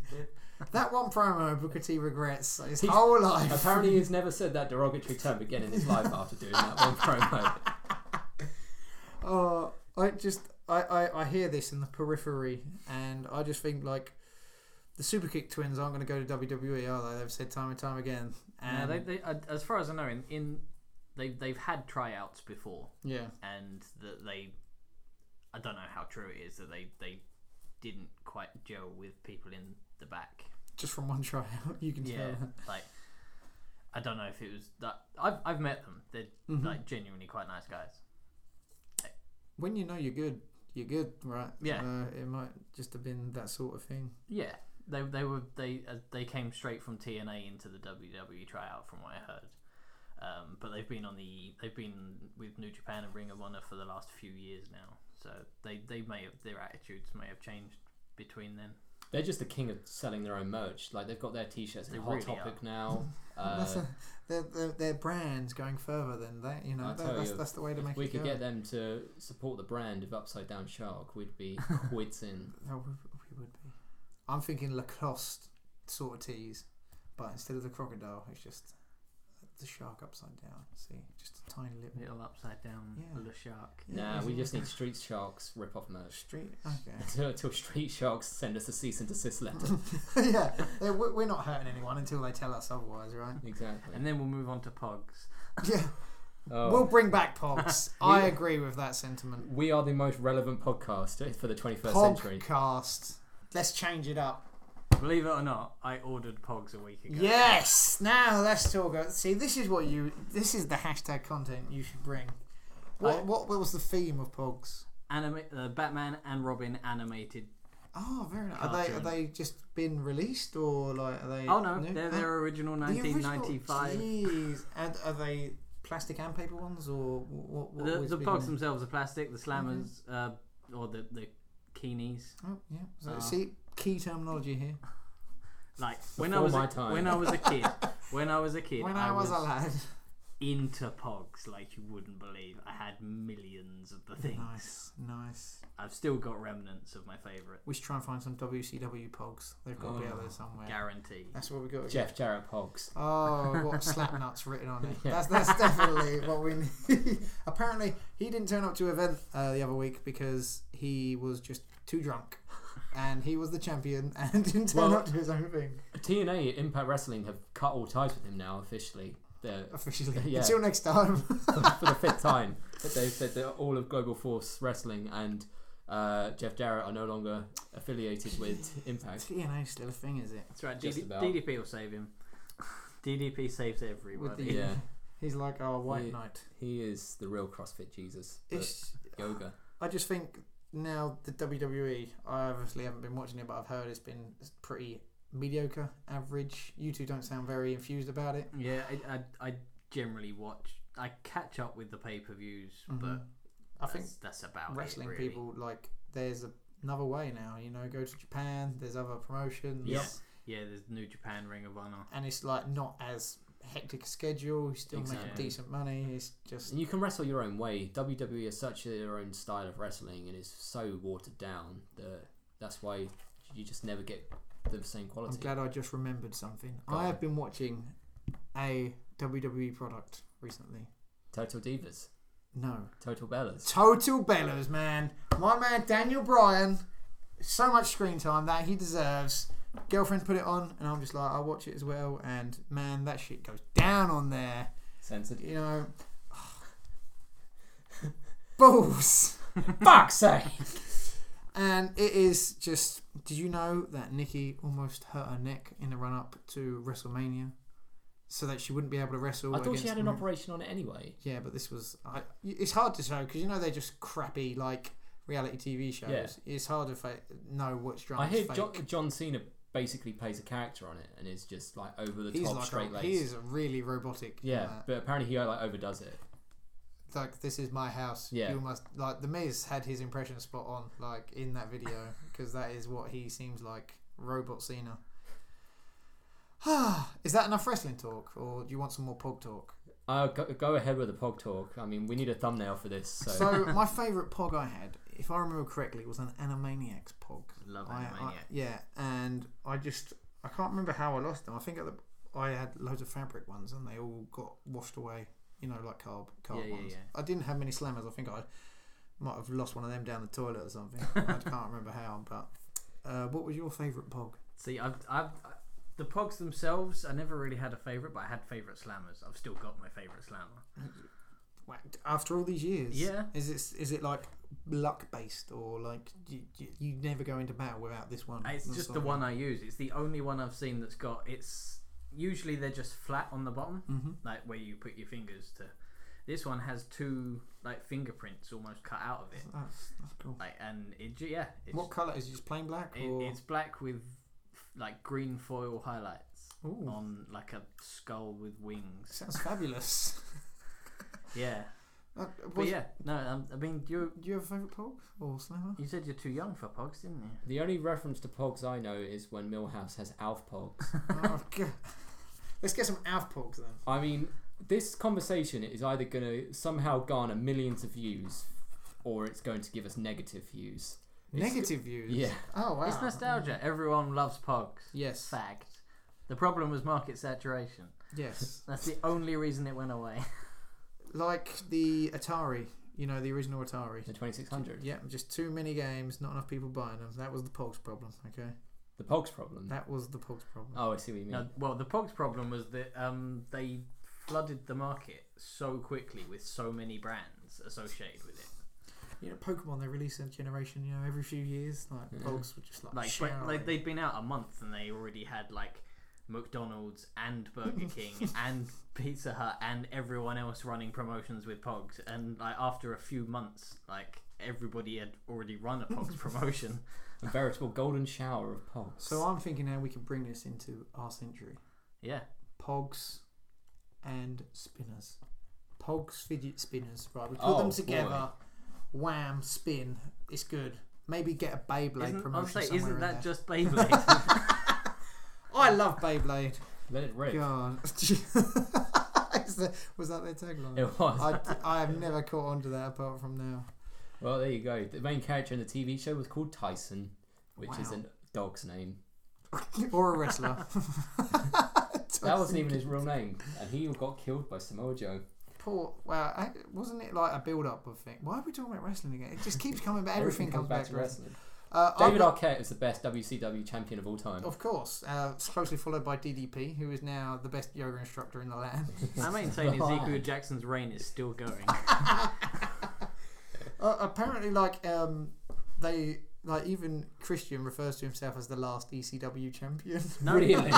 that one promo Booker T regrets his He's- whole life. Apparently, he's never said that derogatory term again in his life after doing that one promo. Oh, I just I, I I hear this in the periphery, and I just think like the Superkick twins aren't going to go to WWE, are they? They've said time and time again, Yeah, and they, they, uh, as far as I know, in, in they they've had tryouts before, yeah, and that they, I don't know how true it is that they they didn't quite gel with people in the back. just from one tryout, you can Yeah, tell. like I don't know if it was that. I've I've met them. They're Mhm. like genuinely quite nice guys. When you know you're good, you're good, right? Yeah. Uh, it might just have been that sort of thing. Yeah, they they were they uh, they came straight from TNA into the WWE tryout, from what I heard. Um, but they've been on the they've been with New Japan and Ring of Honor for the last few years now, so they they may have their attitudes may have changed between then. They're just the king of selling their own merch. Like they've got their T-shirts in They Hot really Topic are. now. that's Uh, a, their, their their brand's going further than that. You know, I'll that, tell that's you, that's the way to make if we it could go. get them to support the brand of Upside Down Shark, we'd be quids in. No, we, we would be. I'm thinking Lacoste sort of tees, but instead of the crocodile, it's just the shark upside down. See, just a tiny little. Little upside down Yeah. little shark. Yeah, Nah, we isn't just it? need Street Sharks rip-off merch. Street. Okay. Until, until Street Sharks send us a cease and desist letter. yeah, they- we- we're not hurting anyone until they tell us otherwise, right? exactly. And then we'll move on to Pogs. Yeah, Oh, we'll bring back pogs. Yeah. I agree with that sentiment. we are the most relevant podcast for the 21st century. Podcast. Let's change it up. Believe it or not, I ordered Pogs a week ago. Yes. Now let's talk. About, see, this is what you. This is the hashtag content you should bring. What, I- what was the theme of pogs? Anima- uh, Batman and Robin animated. Oh, very nice. Are they are Cartoon. they just been released or like are they? Oh no, new? they're Ah, their original the original- 1995. Jeez, and are they plastic and paper ones or what? what the was the being- pogs themselves are plastic. The slammers, Mm-hmm. uh, or the the keenies. Oh yeah. So, Ah. see, key terminology here. Like when I was my a, time. when I was a kid, when I was a kid, When I, was, a lad. into pogs like you wouldn't believe. I had millions of the things. Nice, nice. I've still got remnants of my favourite, We should try and find some WCW pogs. They've got to be out Oh. there somewhere. guaranteed. That's what we got. Jeff Jarrett Pogs. Oh, what slap nuts written on it. Yeah. That's that's definitely what we need. Apparently, he didn't turn up to an event uh, the other week because he was just too drunk, and he was the champion and didn't turn Well- up to his own thing TNA, Impact Wrestling have cut all ties with him now officially. They're, officially. Yeah. Until next time. for the fifth time that they've said that all of Global Force Wrestling and uh, Jeff Jarrett are no longer affiliated with Impact. TNA's still a thing, is it? That's right. Just DD- about. DDP will save him. DDP saves With the everybody. Yeah. he's like our white Yeah. knight. He is the real CrossFit Jesus. but It's, yoga. I just think now the WWE. I obviously haven't been watching it, but I've heard it's been pretty mediocre, average. You two don't sound very infused about it. Yeah, I, I, I generally watch. I catch up with the pay per views, but Mm-hmm. I think that's, that's about it, wrestling really. people like there's a, another way now. You know, go to Japan. There's other promotions. Yeah, yeah. There's New Japan, Ring of Honor. and it's like not as hectic a schedule. You still making Exactly. decent money. It's just And you can wrestle your own way. WWE is such their own style of wrestling and is so watered down that that's why you just never get the same I'm quality. glad I just remembered something. Go I on. have been watching a WWE product recently. Total Divas, No. Total Bellas. Total Bellas, man. My man Daniel Bryan, so much screen time that he deserves. Girlfriend put it on, and I'm just like, I watch it as well. And man, that shit goes down on there. Censored. You know, balls. Fuck's sake. And it is just. Did you know that Nikki almost hurt her neck in the run up to WrestleMania, so that she wouldn't be able to wrestle? I thought against she had the an Miz? operation on it anyway. Yeah, but this was. I, it's hard to show because you know they're just crappy like reality TV shows. Yeah. It's hard to fa- know what's drama. I hear fake. John, John Cena basically plays a character on it and is just like over the he's top, like straight a, he laced. is really robotic. in Yeah, that. but apparently he like overdoes it. It's like this is my house. Yeah. you must like the Miz had his impression spot on like in that video because that is what he seems like robot Cena. is that enough wrestling talk, or do you want some more pog talk? Uh, go, go ahead with the pog talk. I mean, we need a thumbnail for this. So, So my favourite pog I had, if I remember correctly, was an Animaniacs pog. Love I- I- Animaniacs. yeah, and I just I can't remember how I lost them. I think at the, I had loads of fabric ones, and they all got washed away. You know, like carb carb Yeah, yeah, ones. yeah. I didn't have many slammers. I think I might have lost one of them down the toilet or something. I can't remember how. But uh, what was your favourite pog? See, I've, I've I, the pogs themselves. I never really had a favorite, but I had favorite slammers. I've still got my favorite slammer. Wha- After all these years, Yeah. is it is it like luck based or like you, you, you never go into battle without this one? It's That's just the like- one I use. It's the only one I've seen that's got. It's usually they're just flat on the bottom, Mm-hmm. like where you put your fingers to. This one has two like fingerprints almost cut out of it, That's, that's cool. like and it j- yeah, it's, What colour is it? Just plain black it, or it's black with like green foil highlights Ooh. on like a skull with wings. sounds fabulous. Yeah, Uh, but was- yeah, no, um, I mean you Do you have a favourite pog or slammer? you said you're too young for pogs, didn't you? the only reference to pogs I know is when Millhouse has Alf pogs. oh, God. Let's get some Alf pogs then. I mean, this conversation is either going to somehow garner millions of views or it's going to give us negative views. It's- Negative views. Yeah. Oh wow. It's nostalgia. Everyone loves pogs. Yes. Fact. The problem was market saturation. Yes. That's the only reason it went away. Like the Atari. You know the original Atari. The 2600. Yeah, just too many games, not enough people buying them. That was the Pogs problem, okay? The pogs Mm. problem. That was the Pogs problem. Oh, I see what you mean. No, well, the Pogs problem was that um, they flooded the market so quickly with so many brands associated with it. You know, Pokemon, they release a generation, you know, every few years. Like, Pogs were just like, Like, but, showering. like they'd been out a month and they already had like McDonald's and Burger King and Pizza Hut and everyone else running promotions with Pogs. And like after a few months, like everybody had already run a Pogs promotion. A veritable golden shower of pogs. So I'm thinking now we can bring this into our century. Yeah. Pogs and spinners. Pogs fidget spinners. Right, we put Oh, them together. Wham, spin. It's good. Maybe get a Beyblade Isn't, I'll promotion say, somewhere. isn't in there. that just Beyblade? I love Beyblade. Let it rip. God, Is that- was that their tagline? It was. I, I have never caught on to that apart from now. Well, there you go. The main character in the TV show was called Tyson, which is Wow. a dog's name. or a wrestler. That wasn't even his real name, and he got killed by Samoa Joe. Poor. Well, I, wasn't it like a build-up of thing? Why are we talking about wrestling again? It just keeps coming back. Everything, comes back, to wrestling. Uh, I've David got- Arquette is the best WCW champion of all time. Of course, uh, it's closely followed by DDP, who is now the best yoga instructor in the land. I maintain Ezekiel Jackson's reign is still going. uh, apparently, like um, they like even Christian refers to himself as the last ECW E champion. No, Really?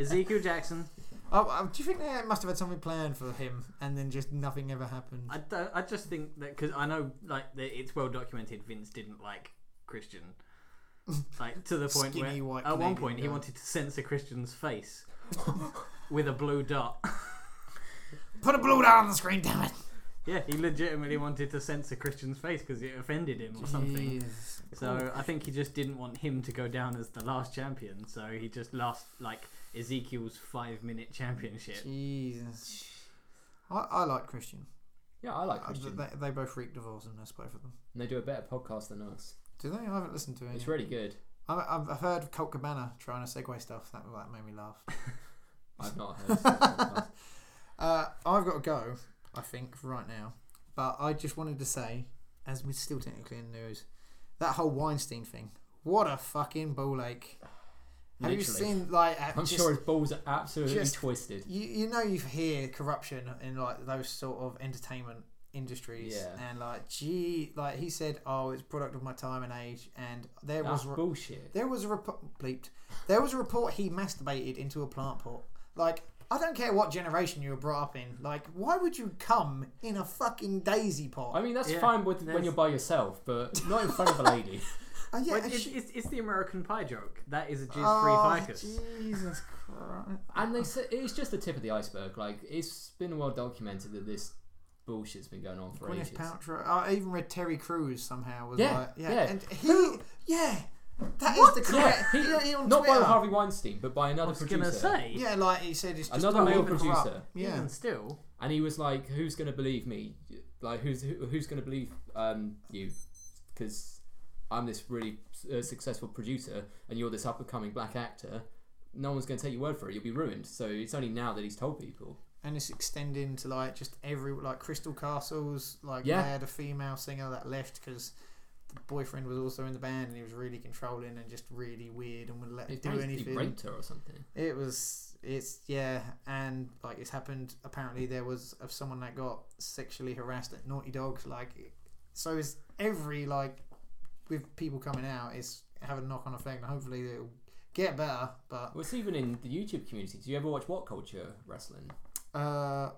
Ezekiel Jackson Oh, uh, do you think they must have had something planned for him and then just nothing ever happened? I don't, I just think that because I know like that it's well documented Vince didn't like Christian, like to the point Skinny where white at one Canadian point he guy. wanted to censor Christian's face with a blue dot. Put a blue dot on the screen, damn it! yeah, he legitimately wanted to censor Christian's face because it offended him or something. Jeez. So I think he just didn't want him to go down as the last champion. So he just lost like Ezekiel's five minute championship. Jesus. I, I like Christian. Yeah, I like Uh, Christian. They, they both reek divorcemeness, both of them. And they do a better podcast than us. Do they? I haven't listened to any. It's really good. I, I've I've heard Colt Cabana trying to segue stuff. That, that made me laugh. I've not heard. of that podcast. Uh, I've got to go, I think, right now. But I just wanted to say, as we're still technically in the news, that whole Weinstein thing. What a fucking ball ache. Have Literally. you seen, like, uh, I'm just- sure his balls are absolutely just- twisted. You, you know, you hear corruption in, like, those sort of entertainment industries. Yeah. And, like, gee, like, he said, oh, it's product of my time and age. And there That's was. re- bullshit. There was a report bleeped. There was a report he masturbated into a plant pot. Like I don't care what generation you were brought up in. Like why would you come in a fucking daisy pot? I mean, that's Yeah, fine with when there's- you're by yourself, but not in front of a lady. Oh, yeah, Well, and it's, she- it's, it's the American Pie joke. That is a jizz-free Oh, ficus. Jesus Christ! And they say it's just the tip of the iceberg. Like it's been well documented that this bullshit's been going on for ages. Gwyneth Paltrow. I even read Terry Crews somehow was Yeah, like, yeah, yeah. and he, yeah, that is the correct. Yeah, he- yeah, he on not by Twitter. Harvey Weinstein, but by I another was producer. gonna say, Yeah, like he said, it's just Another all male corrupt. producer. Yeah, even still, And he was like, "Who's gonna believe me? Like, who's who, who's gonna believe um, you? Because I'm this really uh, successful producer, and you're this up and coming black actor. No one's gonna take your word for it. You'll be ruined. So it's only now that he's told people. and it's extending to like just every like Crystal Castles. Like Yeah. they had a female singer that left because the boyfriend was also in the band and he was really controlling and just really weird and wouldn't let her It do anything. He raped her or something. It was it's yeah, and like it's happened. Apparently, there was of someone that got sexually harassed at Naughty Dog. Like, so is every like with people coming out, it's have a knock on effect. And hopefully, it'll get better. But Well, it's even in the YouTube community. Do you ever watch What Culture Wrestling? uh,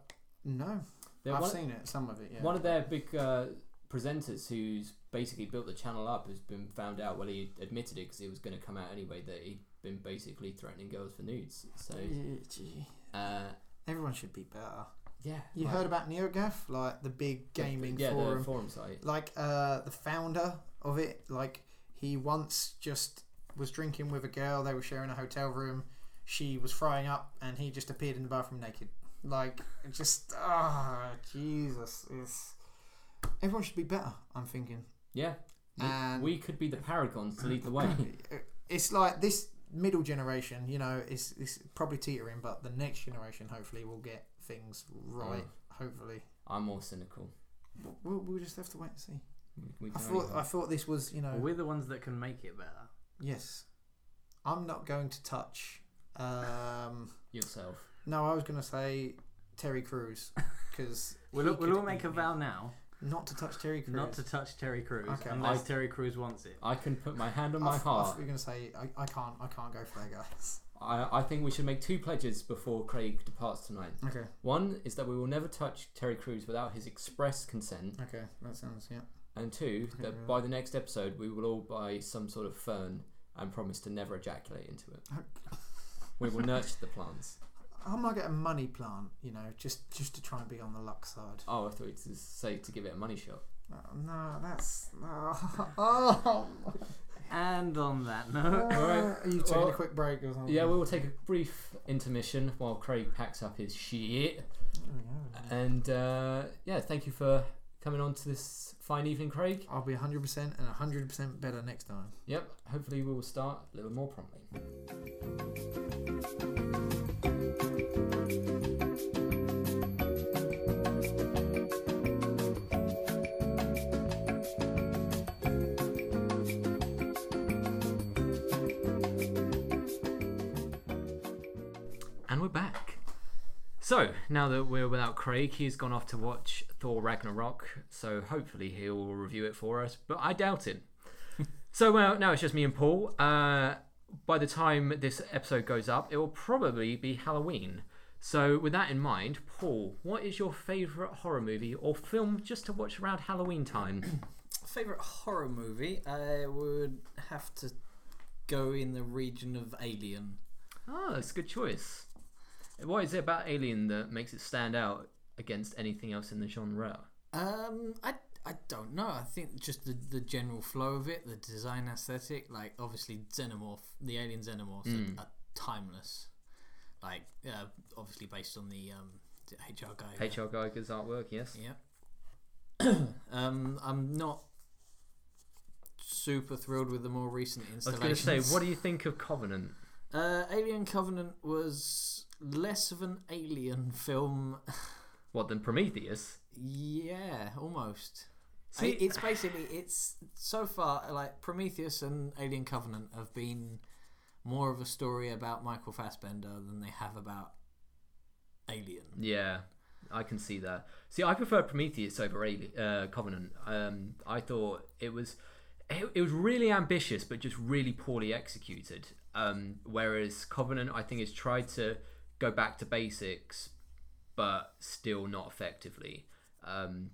no, They're I've one- seen it. Some of it. Yeah. One of their big uh, presenters, who's basically built the channel up, has been found out. Well, he admitted it because it was going to come out anyway that he'd been basically threatening girls for nudes. So, Yeah, gee. uh, Everyone should be better. yeah, You like- heard about NeoGAF, like the big gaming yeah, forum. the forum site. like uh, the founder of it, like he once just was drinking with a girl. They were sharing a hotel room. She was frying up, and he just appeared in the bathroom naked. Like it just ah, Jesus! It's everyone should be better. I'm thinking. Yeah, We- And- we could be the paragons to lead the way. uh, It's like this middle generation, you know, is is probably teetering, but the next generation hopefully will get things right. Mm. Hopefully, I'm more cynical. we'll, we'll just have to wait and see. We- we I can only thought I hope. thought this was, you know, we're the ones that can make it better. Yes. I'm not going to touch. Um, yourself. no, I was going to say Terry Crews because We'll, we'll all make a vow now not to touch Terry Crews. not to touch Terry Crews Okay. unless I- Terry Crews wants it. I can put my hand on I my th- I thought heart. you were going to say I, I can't. I can't go for that, guys. I, I think we should make two pledges before Craig departs tonight. Okay. One is that we will never touch Terry Crews without his express consent, Okay. That sounds yeah. and two, Okay, that yeah. by the next episode we will all buy some sort of fern and promise to never ejaculate into it. We will nurture the plants. I might get a money plant, you know, just just to try and be on the luck side. Oh, I thought you'd just say to give it a money shot. Uh, no, that's oh. oh. And on that Uh, note, Are you taking Well, a quick break or something? Yeah, we will take a brief intermission while Craig packs up his shit. There we go. And uh, yeah, thank you for coming on to this fine evening, Craig. I'll be 100% and 100% better next time. Yep, hopefully we will start a little more promptly. And we're back. So, now that we're without Craig, he's gone off to watch Thor Ragnarok, so hopefully he'll review it for us, but I doubt it. so, uh, now it's just me and Paul. Uh, by the time this episode goes up, it will probably be Halloween. So, with that in mind, Paul, what is your favourite horror movie or film just to watch around Halloween time? Favorite horror movie? I would have to go in the region of Alien. oh, that's a good choice. What is it about Alien that makes it stand out against anything else in the genre? Um, I I don't know. I think just the, the general flow of it, the design aesthetic, like obviously xenomorph, the alien xenomorphs Mm. are, are timeless. Like uh, obviously based on the um the HR guy. H.R. Geiger's artwork, yes. Yeah. um, I'm not super thrilled with the more recent I was going to installations. say, what do you think of Covenant? Uh, Alien Covenant was less of an alien film. What, than Prometheus? yeah, almost. See- I- it's basically it's so far like Prometheus and Alien Covenant have been more of a story about Michael Fassbender than they have about Alien. Yeah, I can see that. See, I preferred Prometheus over Ali- uh, Covenant. Um, I thought it was it, it was really ambitious, but just really poorly executed. Um, whereas Covenant, I think, has tried to go back to basics, but still not effectively. Um,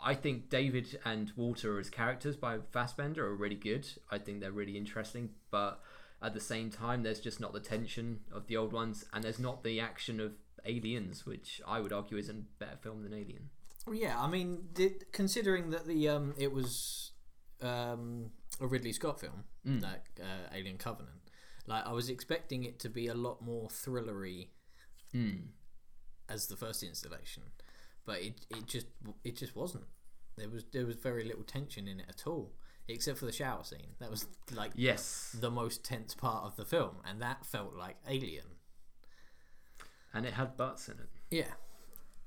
I think David and Walter as characters by Fassbender are really good. I think they're really interesting, but at the same time, there's just not the tension of the old ones, and there's not the action of Aliens, which I would argue is a better film than Alien. Yeah, I mean, did, considering that the um, it was um, a Ridley Scott film, like uh, Alien Covenant, like I was expecting it to be a lot more thrillery Hmm. as the first installation, but it, it just it just wasn't. There was there was very little tension in it at all, except for the shower scene. That was like Yes, the most tense part of the film, and that felt like Alien. and it had butts in it. Yeah.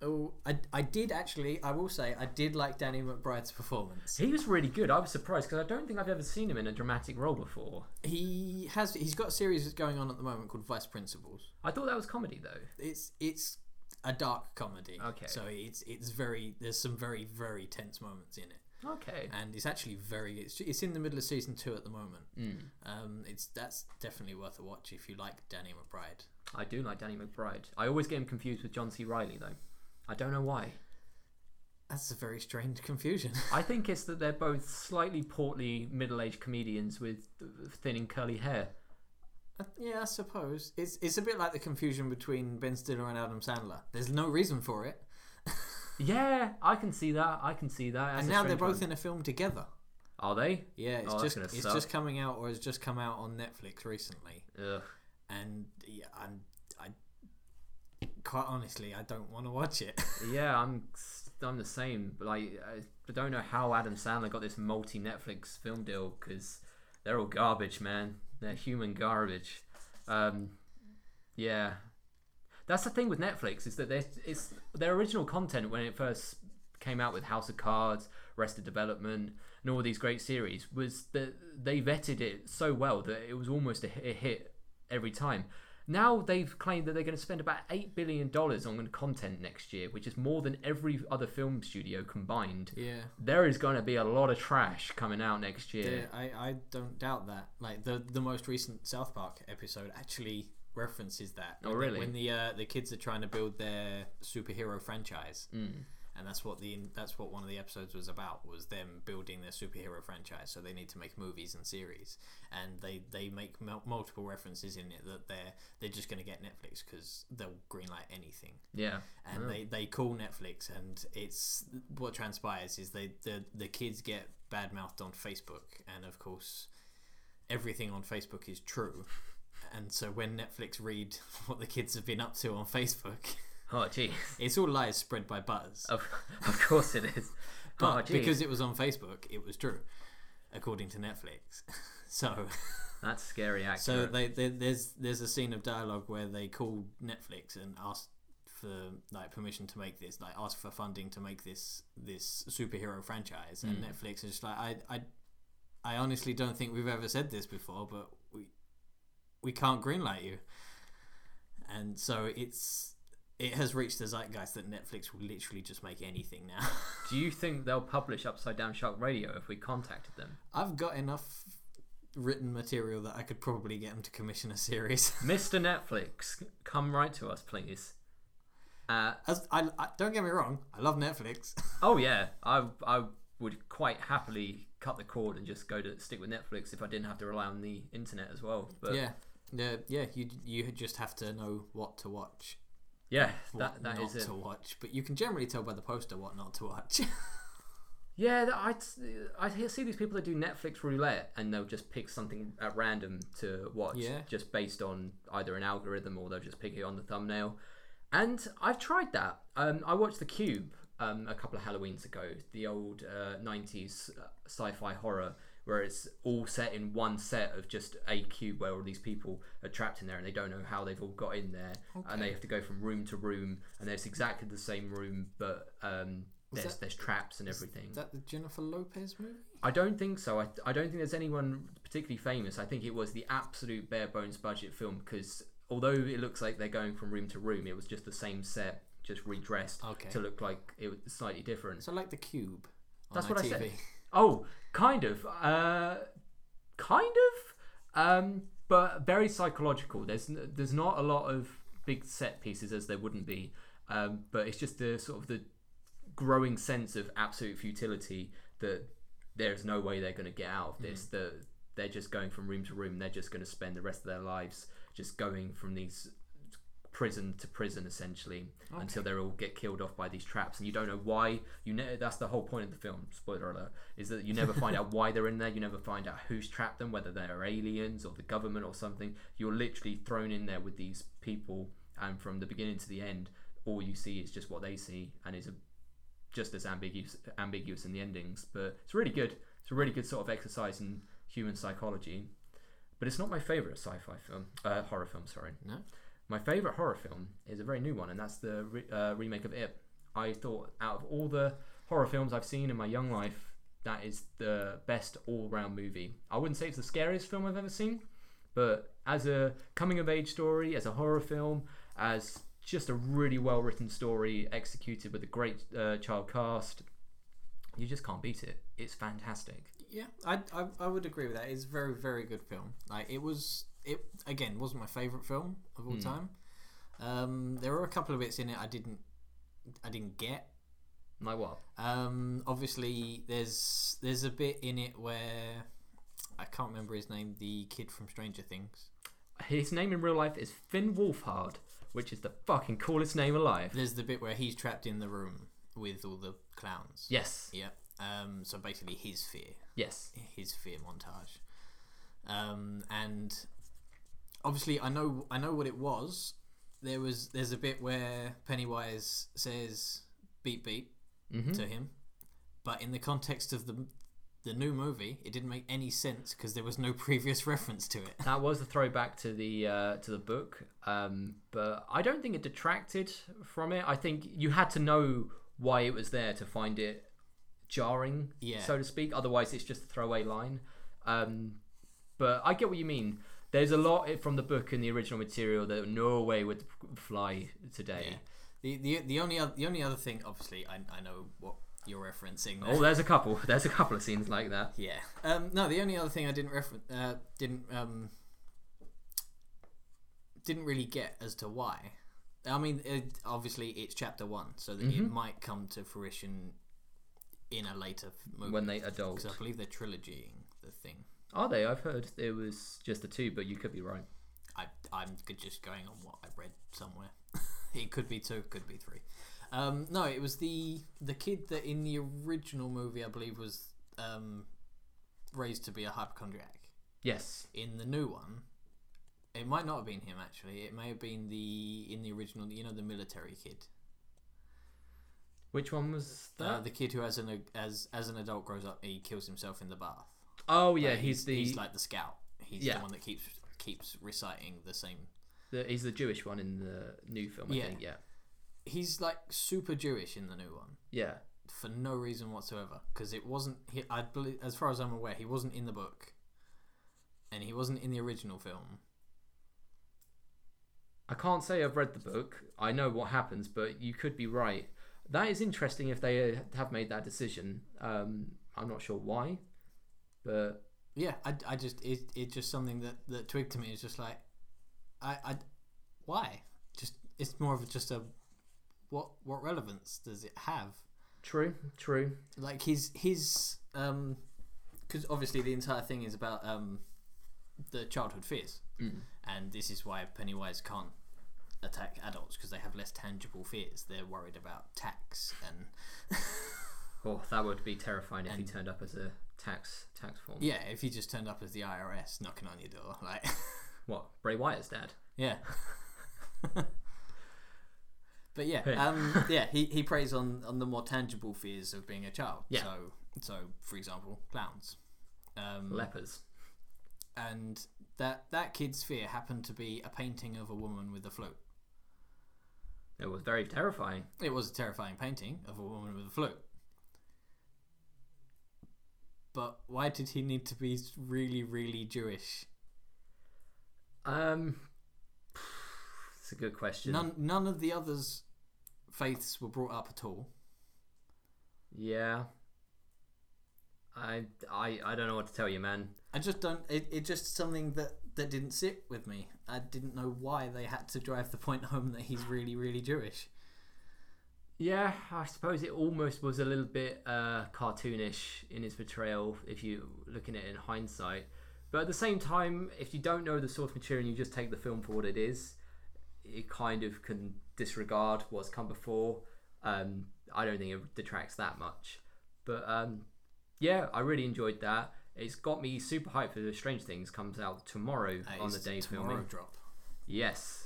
Oh, I, I did actually. I will say I did like Danny McBride's performance. He was really good. I was surprised because I don't think I've ever seen him in a dramatic role before. He has. He's got a series that's going on at the moment called Vice Principals. I thought that was comedy though. It's it's a dark comedy. Okay. So it's it's very. There's some very very tense moments in it, Okay. and it's actually very. It's it's in the middle of season two at the moment. Mm. Um, it's that's definitely worth a watch if you like Danny McBride. I do like Danny McBride. I always get him confused with John C. Riley though. I don't know why. That's a very strange confusion. I think it's that they're both slightly portly middle-aged comedians with uh, thin and curly hair. Uh, yeah, I suppose it's it's a bit like the confusion between Ben Stiller and Adam Sandler. There's no reason for it, Yeah, I can see that. I can see that. That's and a now they're strange both one. in a film together. Are they? Yeah, it's Oh, that's just gonna it's suck. just coming out or has just come out on Netflix recently, Ugh. and yeah, I'm, I quite honestly I don't want to watch it. Yeah, I'm s- I'm the same. but, Like I don't know how Adam Sandler got this multi Netflix film deal because they're all garbage, man. They're human garbage. Um, yeah, that's the thing with Netflix is that they it's their original content when it first came out with House of Cards, Arrested Development, and all these great series was that they vetted it so well that it was almost a hi- a hit every time. Now they've claimed that they're going to spend about eight billion dollars on content next year, which is more than every other film studio combined. yeah, There is going to be a lot of trash coming out next year. yeah, I I don't doubt that. Like the the most recent South Park episode actually references that. Oh, When the- really? When the uh, the kids are trying to build their superhero franchise. Mm. And that's what the that's what one of the episodes was about was them building their superhero franchise. So they need to make movies and series, and they they make mul- multiple references in it that they're they're just going to get Netflix because they'll greenlight anything Yeah. and they, they call Netflix, and it's what transpires is they the the kids get bad mouthed on Facebook, and of course, everything on Facebook is true, and so when Netflix read what the kids have been up to on Facebook, Oh, gee. it's all lies spread by Buzz, Of, of course it is. oh, but gee. because it was on Facebook, it was true, according to Netflix. So, That's scary accurate. so they, they there's there's a scene of dialogue where they call Netflix and ask for like permission to make this, like ask for funding to make this this superhero franchise, Hmm. and Netflix is just like, I I I honestly don't think we've ever said this before, but we we can't greenlight you, and so it's it has reached the zeitgeist that Netflix will literally just make anything now. Do you think they'll publish Upside Down Shark Radio if we contacted them? I've got enough written material that I could probably get them to commission a series. Mr. Netflix, come right to us, please. Uh, As I, I don't get me wrong, I love Netflix. oh yeah, I I would quite happily cut the cord and just go to stick with Netflix if I didn't have to rely on the internet as well. But yeah, yeah, yeah, yeah. You you just have to know what to watch, what that that not is it. to watch. But you can generally tell by the poster what not to watch. Yeah, that- I I hear- see these people that do Netflix roulette and they'll just pick something at random to watch, Yeah. just based on either an algorithm or they'll just pick it on the thumbnail. And I've tried that. Um, I watched The Cube um, a couple of Halloweens ago, the old uh, '90s sci-fi horror where it's all set in one set of just a cube where all these people are trapped in there and they don't know how they've all got in there and they have to go from room to room and it's exactly the same room but um, there's there's traps and everything. Is that the Jennifer Lopez movie? I don't think so. I, I don't think there's anyone particularly famous. I think it was the absolute bare bones budget film because although it looks like they're going from room to room, it was just the same set, just redressed Okay. to look like it was slightly different. So like the Cube. On That's what I ITV. said. Oh, kind of. Uh, kind of. Um, but very psychological. There's n- there's not a lot of big set pieces as there wouldn't be. Um, but it's just the sort of the growing sense of absolute futility that there's no way they're going to get out of this. That they're just going from room to room. They're just going to spend the rest of their lives just going from these prison to prison essentially until they all get killed off by these traps and you don't know why you ne- that's the whole point of the film spoiler alert is that you never find out why they're in there you never find out who's trapped them whether they're aliens or the government or something you're literally thrown in there with these people and from the beginning to the end all you see is just what they see and is a, just as ambiguous ambiguous in the endings but it's really good it's a really good sort of exercise in human psychology but it's not my favorite sci-fi film uh, horror film sorry No. my favourite horror film is a very new one, and that's the re- uh, remake of It. I thought, out of all the horror films I've seen in my young life, that is the best all round movie. I wouldn't say it's the scariest film I've ever seen, but as a coming of age story, as a horror film, as just a really well written story executed with a great uh, child cast, you just can't beat it. It's fantastic. Yeah, I, I I would agree with that. It's a very very good film. Like it was it again wasn't my favorite film of Hmm. all time. Um, there were a couple of bits in it I didn't I didn't get. Like what? Um, obviously there's there's a bit in it where I can't remember his name. The kid from Stranger Things. His name in real life is Finn Wolfhard, which is the fucking coolest name alive. There's the bit where he's trapped in the room with all the clowns. Yes. Yeah. Um, so basically his fear. Yes. his fear montage. Um, and obviously, I know I know what it was. There was there's a bit where Pennywise says "beep beep" to him, but in the context of the the new movie, it didn't make any sense because there was no previous reference to it. that was a throwback to the uh, to the book, um, but I don't think it detracted from it. I think you had to know why it was there to find it jarring, Yeah. so to speak. Otherwise, it's just a throwaway line. Um, but I get what you mean. There's a lot from the book and the original material that no way would fly today. The the the only other, the only other thing, obviously, I I know what you're referencing. there. Oh, there's a couple. There's a couple of scenes like that. Yeah. Um, no, the only other thing I didn't refer- uh, didn't um, didn't really get as to why. I mean, it, obviously it's chapter one, so that it might come to fruition in a later f- movie. When they adult, because I believe they're trilogying the thing. are they? I've heard it was just the two, but you could be right. I I'm g- just going on what I read somewhere. it could be two, could be three. Um, no, it was the the kid that in the original movie I believe was um, raised to be a hypochondriac. Yes, in the new one it might not have been him actually it may have been the in the original you know the military kid Which one was that? uh, the kid who as an as as an adult grows up he kills himself in the bath oh yeah, Like, he's, the he's like the scout he's Yeah. the one that keeps keeps reciting the same the he's the Jewish one in the new film. I Yeah. think. Yeah, he's like super jewish in the new one yeah, for no reason whatsoever because it wasn't he, i believe as far as i'm aware he wasn't in the book and he wasn't in the original film I can't say I've read the book. I know what happens, but you could be right. That is interesting if they uh, have made that decision. Um, I'm not sure why, but yeah i, I just it, it's just something that that twigged to me it's just like i i why just it's more of just a what what relevance does it have? True, true. Like his his um, because obviously the entire thing is about um, the childhood fears, and this is why Pennywise can't attack adults because they have less tangible fears. They're worried about tax and Oh, that would be terrifying if he And- turned up as a tax tax form. yeah, if you just turned up as the IRS knocking on your door, like What Bray Wyatt's dad? Yeah. but yeah, Hey. um, yeah, he, he preys on, on the more tangible fears of being a child. Yeah. So so for example, clowns. Mm. Um, Lepers. and that that kid's fear happened to be a painting of a woman with a float. It was very terrifying. It was a terrifying painting of a woman with a float. But why did he need to be really, really Jewish? Um, it's a good question. None, none of the others' faiths were brought up at all. Yeah. I I I don't know what to tell you, man. I just don't. It, it just something that that didn't sit with me. I didn't know why they had to drive the point home that he's really, really Jewish. Yeah, I suppose it almost was a little bit uh, cartoonish in his portrayal if you looking at it in hindsight. But at the same time, if you don't know the source material and you just take the film for what it is, it kind of can disregard what's come before. Um, I don't think it detracts that much. But um, yeah, I really enjoyed that. It's got me super hyped for the Strange Things comes out tomorrow That on is the day of tomorrow filming. drop. Yes,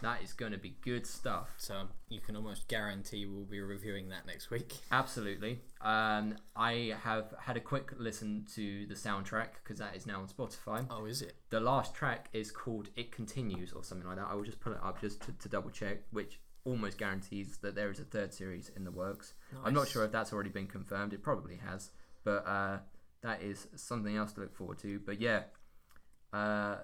that is going to be good stuff. So you can almost guarantee we'll be reviewing that next week. Absolutely. Um, I have had a quick listen to the soundtrack because that is now on Spotify. Oh, is it? The last track is called It Continues or something like that. I will just pull it up just to, to double check, which almost guarantees that there is a third series in the works. I'm not Nice. sure if that's already been confirmed. It probably has. But uh, that is something else to look forward to. But yeah, uh,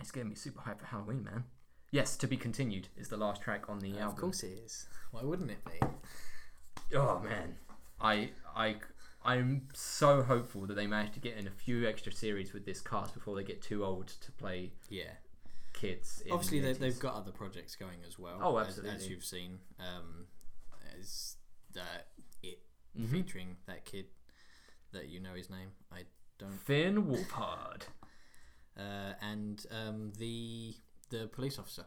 it's getting me super hyped for Halloween, man. Yes, to be continued is the last track on the album. of course it is. Why wouldn't it be? Oh man, I I I'm so hopeful that they manage to get in a few extra series with this cast before they get too old to play Yeah. kids. In Obviously, the they, they've 80s. got other projects going as well. Oh, as- As, absolutely. you've seen, um, as that it Mhm. featuring that kid that you know his name. I don't. Finn Wolfhard Uh, and um, the the police officer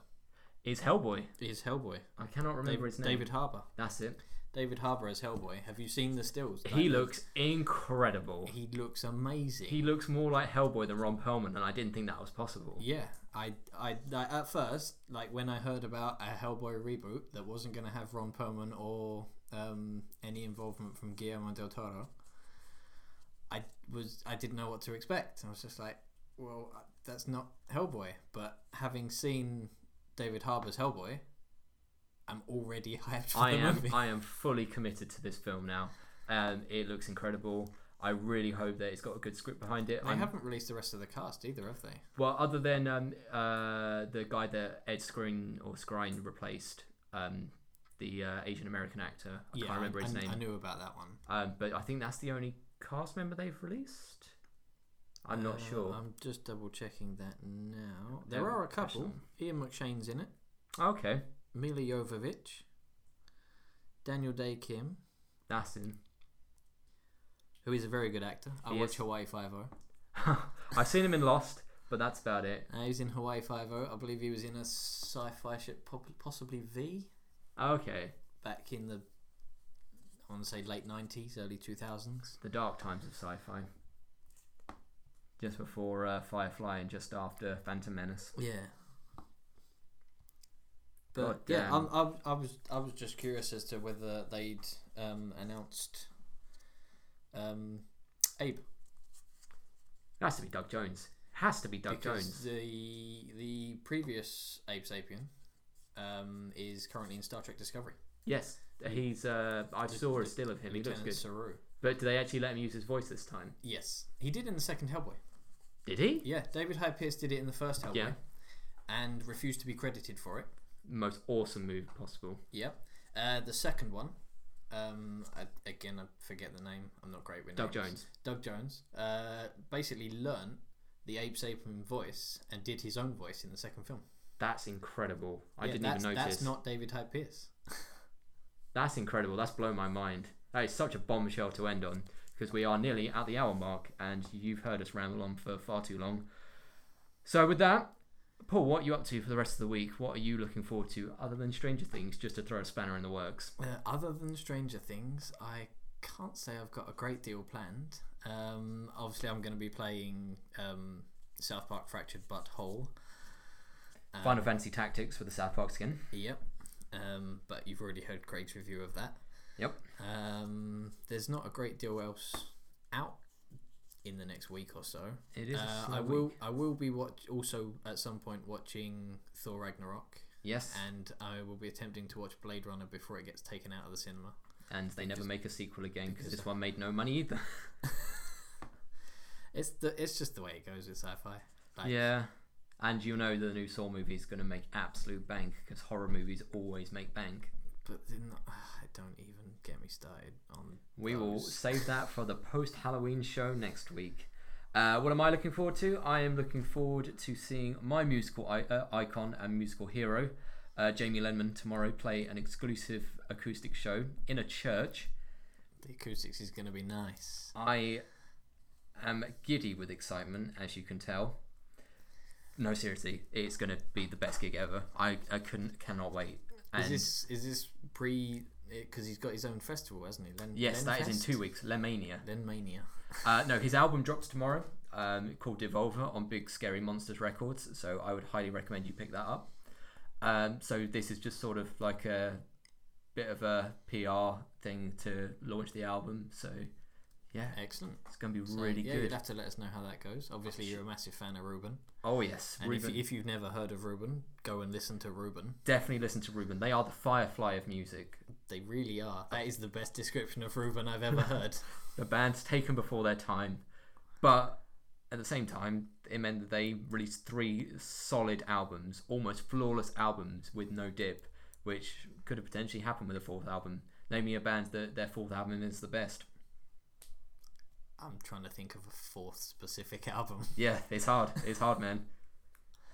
is Hellboy. is Hellboy. I cannot remember David, his name. David Harbour. That's it. David Harbour as Hellboy. Have you seen the stills? he Like, looks incredible. He looks amazing. He looks more like Hellboy than Ron Perlman, and I didn't think that was possible. Yeah, I, I, I, at first, like when I heard about a Hellboy reboot that wasn't going to have Ron Perlman or um, any involvement from Guillermo del Toro, I was, I didn't know what to expect. I was just like, well, uh, that's not Hellboy. But having seen David Harbour's Hellboy, I'm already hyped for I the am movie. I am fully committed to this film now. Um, it looks incredible. I really hope that it's got a good script behind it. They I'm haven't released the rest of the cast either, have they? Well, other than um, uh, the guy that Ed Skrein or Skrine replaced, um, the uh, Asian American actor, I can't remember his I, name. I knew about that one. Um, but I think that's the only cast member they've released. I'm not Uh, sure. I'm just double checking that now. There Don't are a question couple. them. Ian McShane's in it. Okay, Mila Jovovich. Daniel Day Kim, that's in. who is a very good actor. I He watch is. Hawaii Five O. I've seen him in Lost, but that's about it. Uh, he's in Hawaii Five O. I believe he was in a sci-fi ship, pop- possibly V, Okay, back in the I want to say late nineties, early two thousands. the dark times of sci-fi. Just before uh, Firefly and just after Phantom Menace. Yeah. But God yeah, damn. I'm, I'm, I was I was just curious as to whether they'd um, announced um, Abe It has to be Doug Jones. Has to be Doug because Jones. the the previous Abe Sapien um, is currently in Star Trek Discovery. Yes, he's. Uh, I saw a still of him. He looks Lieutenant good. Saru. But do they actually let him use his voice this time? Yes, he did in the second Hellboy. Did he? Yeah, David Hyde Pierce did it in the first Hellboy, Yeah. and refused to be credited for it. Most awesome move possible. Yep. Uh, the second one, um, I, again, I forget the name. I'm not great with Doug names. Jones. Doug Jones uh, basically learned the Abe Sapien voice and did his own voice in the second film. That's incredible. I Yeah, didn't that's, even notice. That's not David Hyde Pierce. That's incredible. That's blown my mind. That is such a bombshell to end on because we are nearly at the hour mark and you've heard us ramble on for far too long. So, with that, Paul, what are you up to for the rest of the week? What are you looking forward to other than Stranger Things, just to throw a spanner in the works? Uh, other than Stranger Things, I can't say I've got a great deal planned. Um, obviously, I'm going to be playing um, South Park Fractured But Whole. Um, Final Fantasy Tactics with the South Park skin. Yep. Um, but you've already heard Craig's review of that. Yep. uh, Um, there's not a great deal else out in the next week or so. It is a Uh, slow I will. week. I will be watch also at some point watching Thor Ragnarok, Yes. and I will be attempting to watch Blade Runner before it gets taken out of the cinema. And they never make a sequel again because because- this one made no money either. It's the. It's just the way it goes with sci-fi. Like, Yeah. And you know the new Saw movie is going to make absolute bank because horror movies always make bank. But then, ah, don't even get me started on. We will those. save that for the post Halloween show next week. Uh, what am I looking forward to? I am looking forward to seeing my musical I- uh, icon and musical hero, uh, Jamie Lenman, tomorrow play an exclusive acoustic show in a church. The acoustics is going to be nice. I am giddy with excitement, as you can tell. No, seriously, it's going to be the best gig ever. I, I couldn't cannot wait. Is this is this pre? Because he's got his own festival, hasn't he? Len, yes, that is Lenfest? in two weeks, Lemania. Len Mania. Uh, no, his album drops tomorrow um, called Devolver on Big Scary Monsters Records, so I would highly recommend you pick that up. Um, so this is just sort of like a bit of a PR thing to launch the album. So yeah, Excellent. it's gonna be So, really yeah, good. You'd have to let us know how that goes. Obviously, you're a massive fan of Ruben. Oh yes, And if, Ruben. if you've never heard of Ruben, go and listen to Ruben. definitely listen to Ruben. They are the Firefly of music. They really are. That is the best description of Ruben I've ever heard. The band's taken before their time, but at the same time, it meant that they released three solid albums, almost flawless albums with no dip, which could have potentially happened with a fourth album. Name me a band that their fourth album is the best. I'm trying to think of a fourth specific album. Yeah, it's hard. It's hard, man.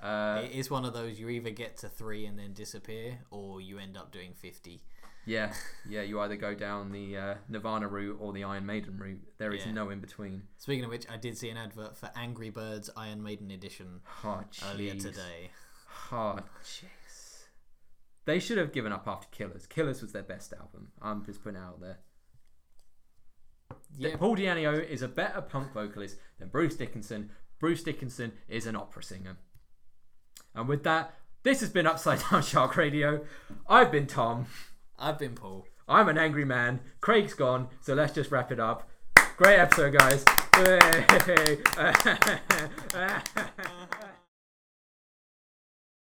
Uh, it is one of those you either get to three and then disappear, or you end up doing 50. yeah, yeah. You either go down the uh, Nirvana route or the Iron Maiden route. There is Yeah. no in between. Speaking of which, I did see an advert for Angry Birds Iron Maiden Edition Oh, earlier jeez. today. Oh, jeez. They should have given up after Killers. Killers was their best album. I'm just putting it out there. Yeah, Paul Di'Anio is a better punk vocalist than Bruce Dickinson. Bruce Dickinson is an opera singer. And with that, this has been Upside Down Shark Radio. I've been Tom. I've been Paul. I'm an angry man. Craig's gone, so let's just wrap it up. Great episode, guys. Yay.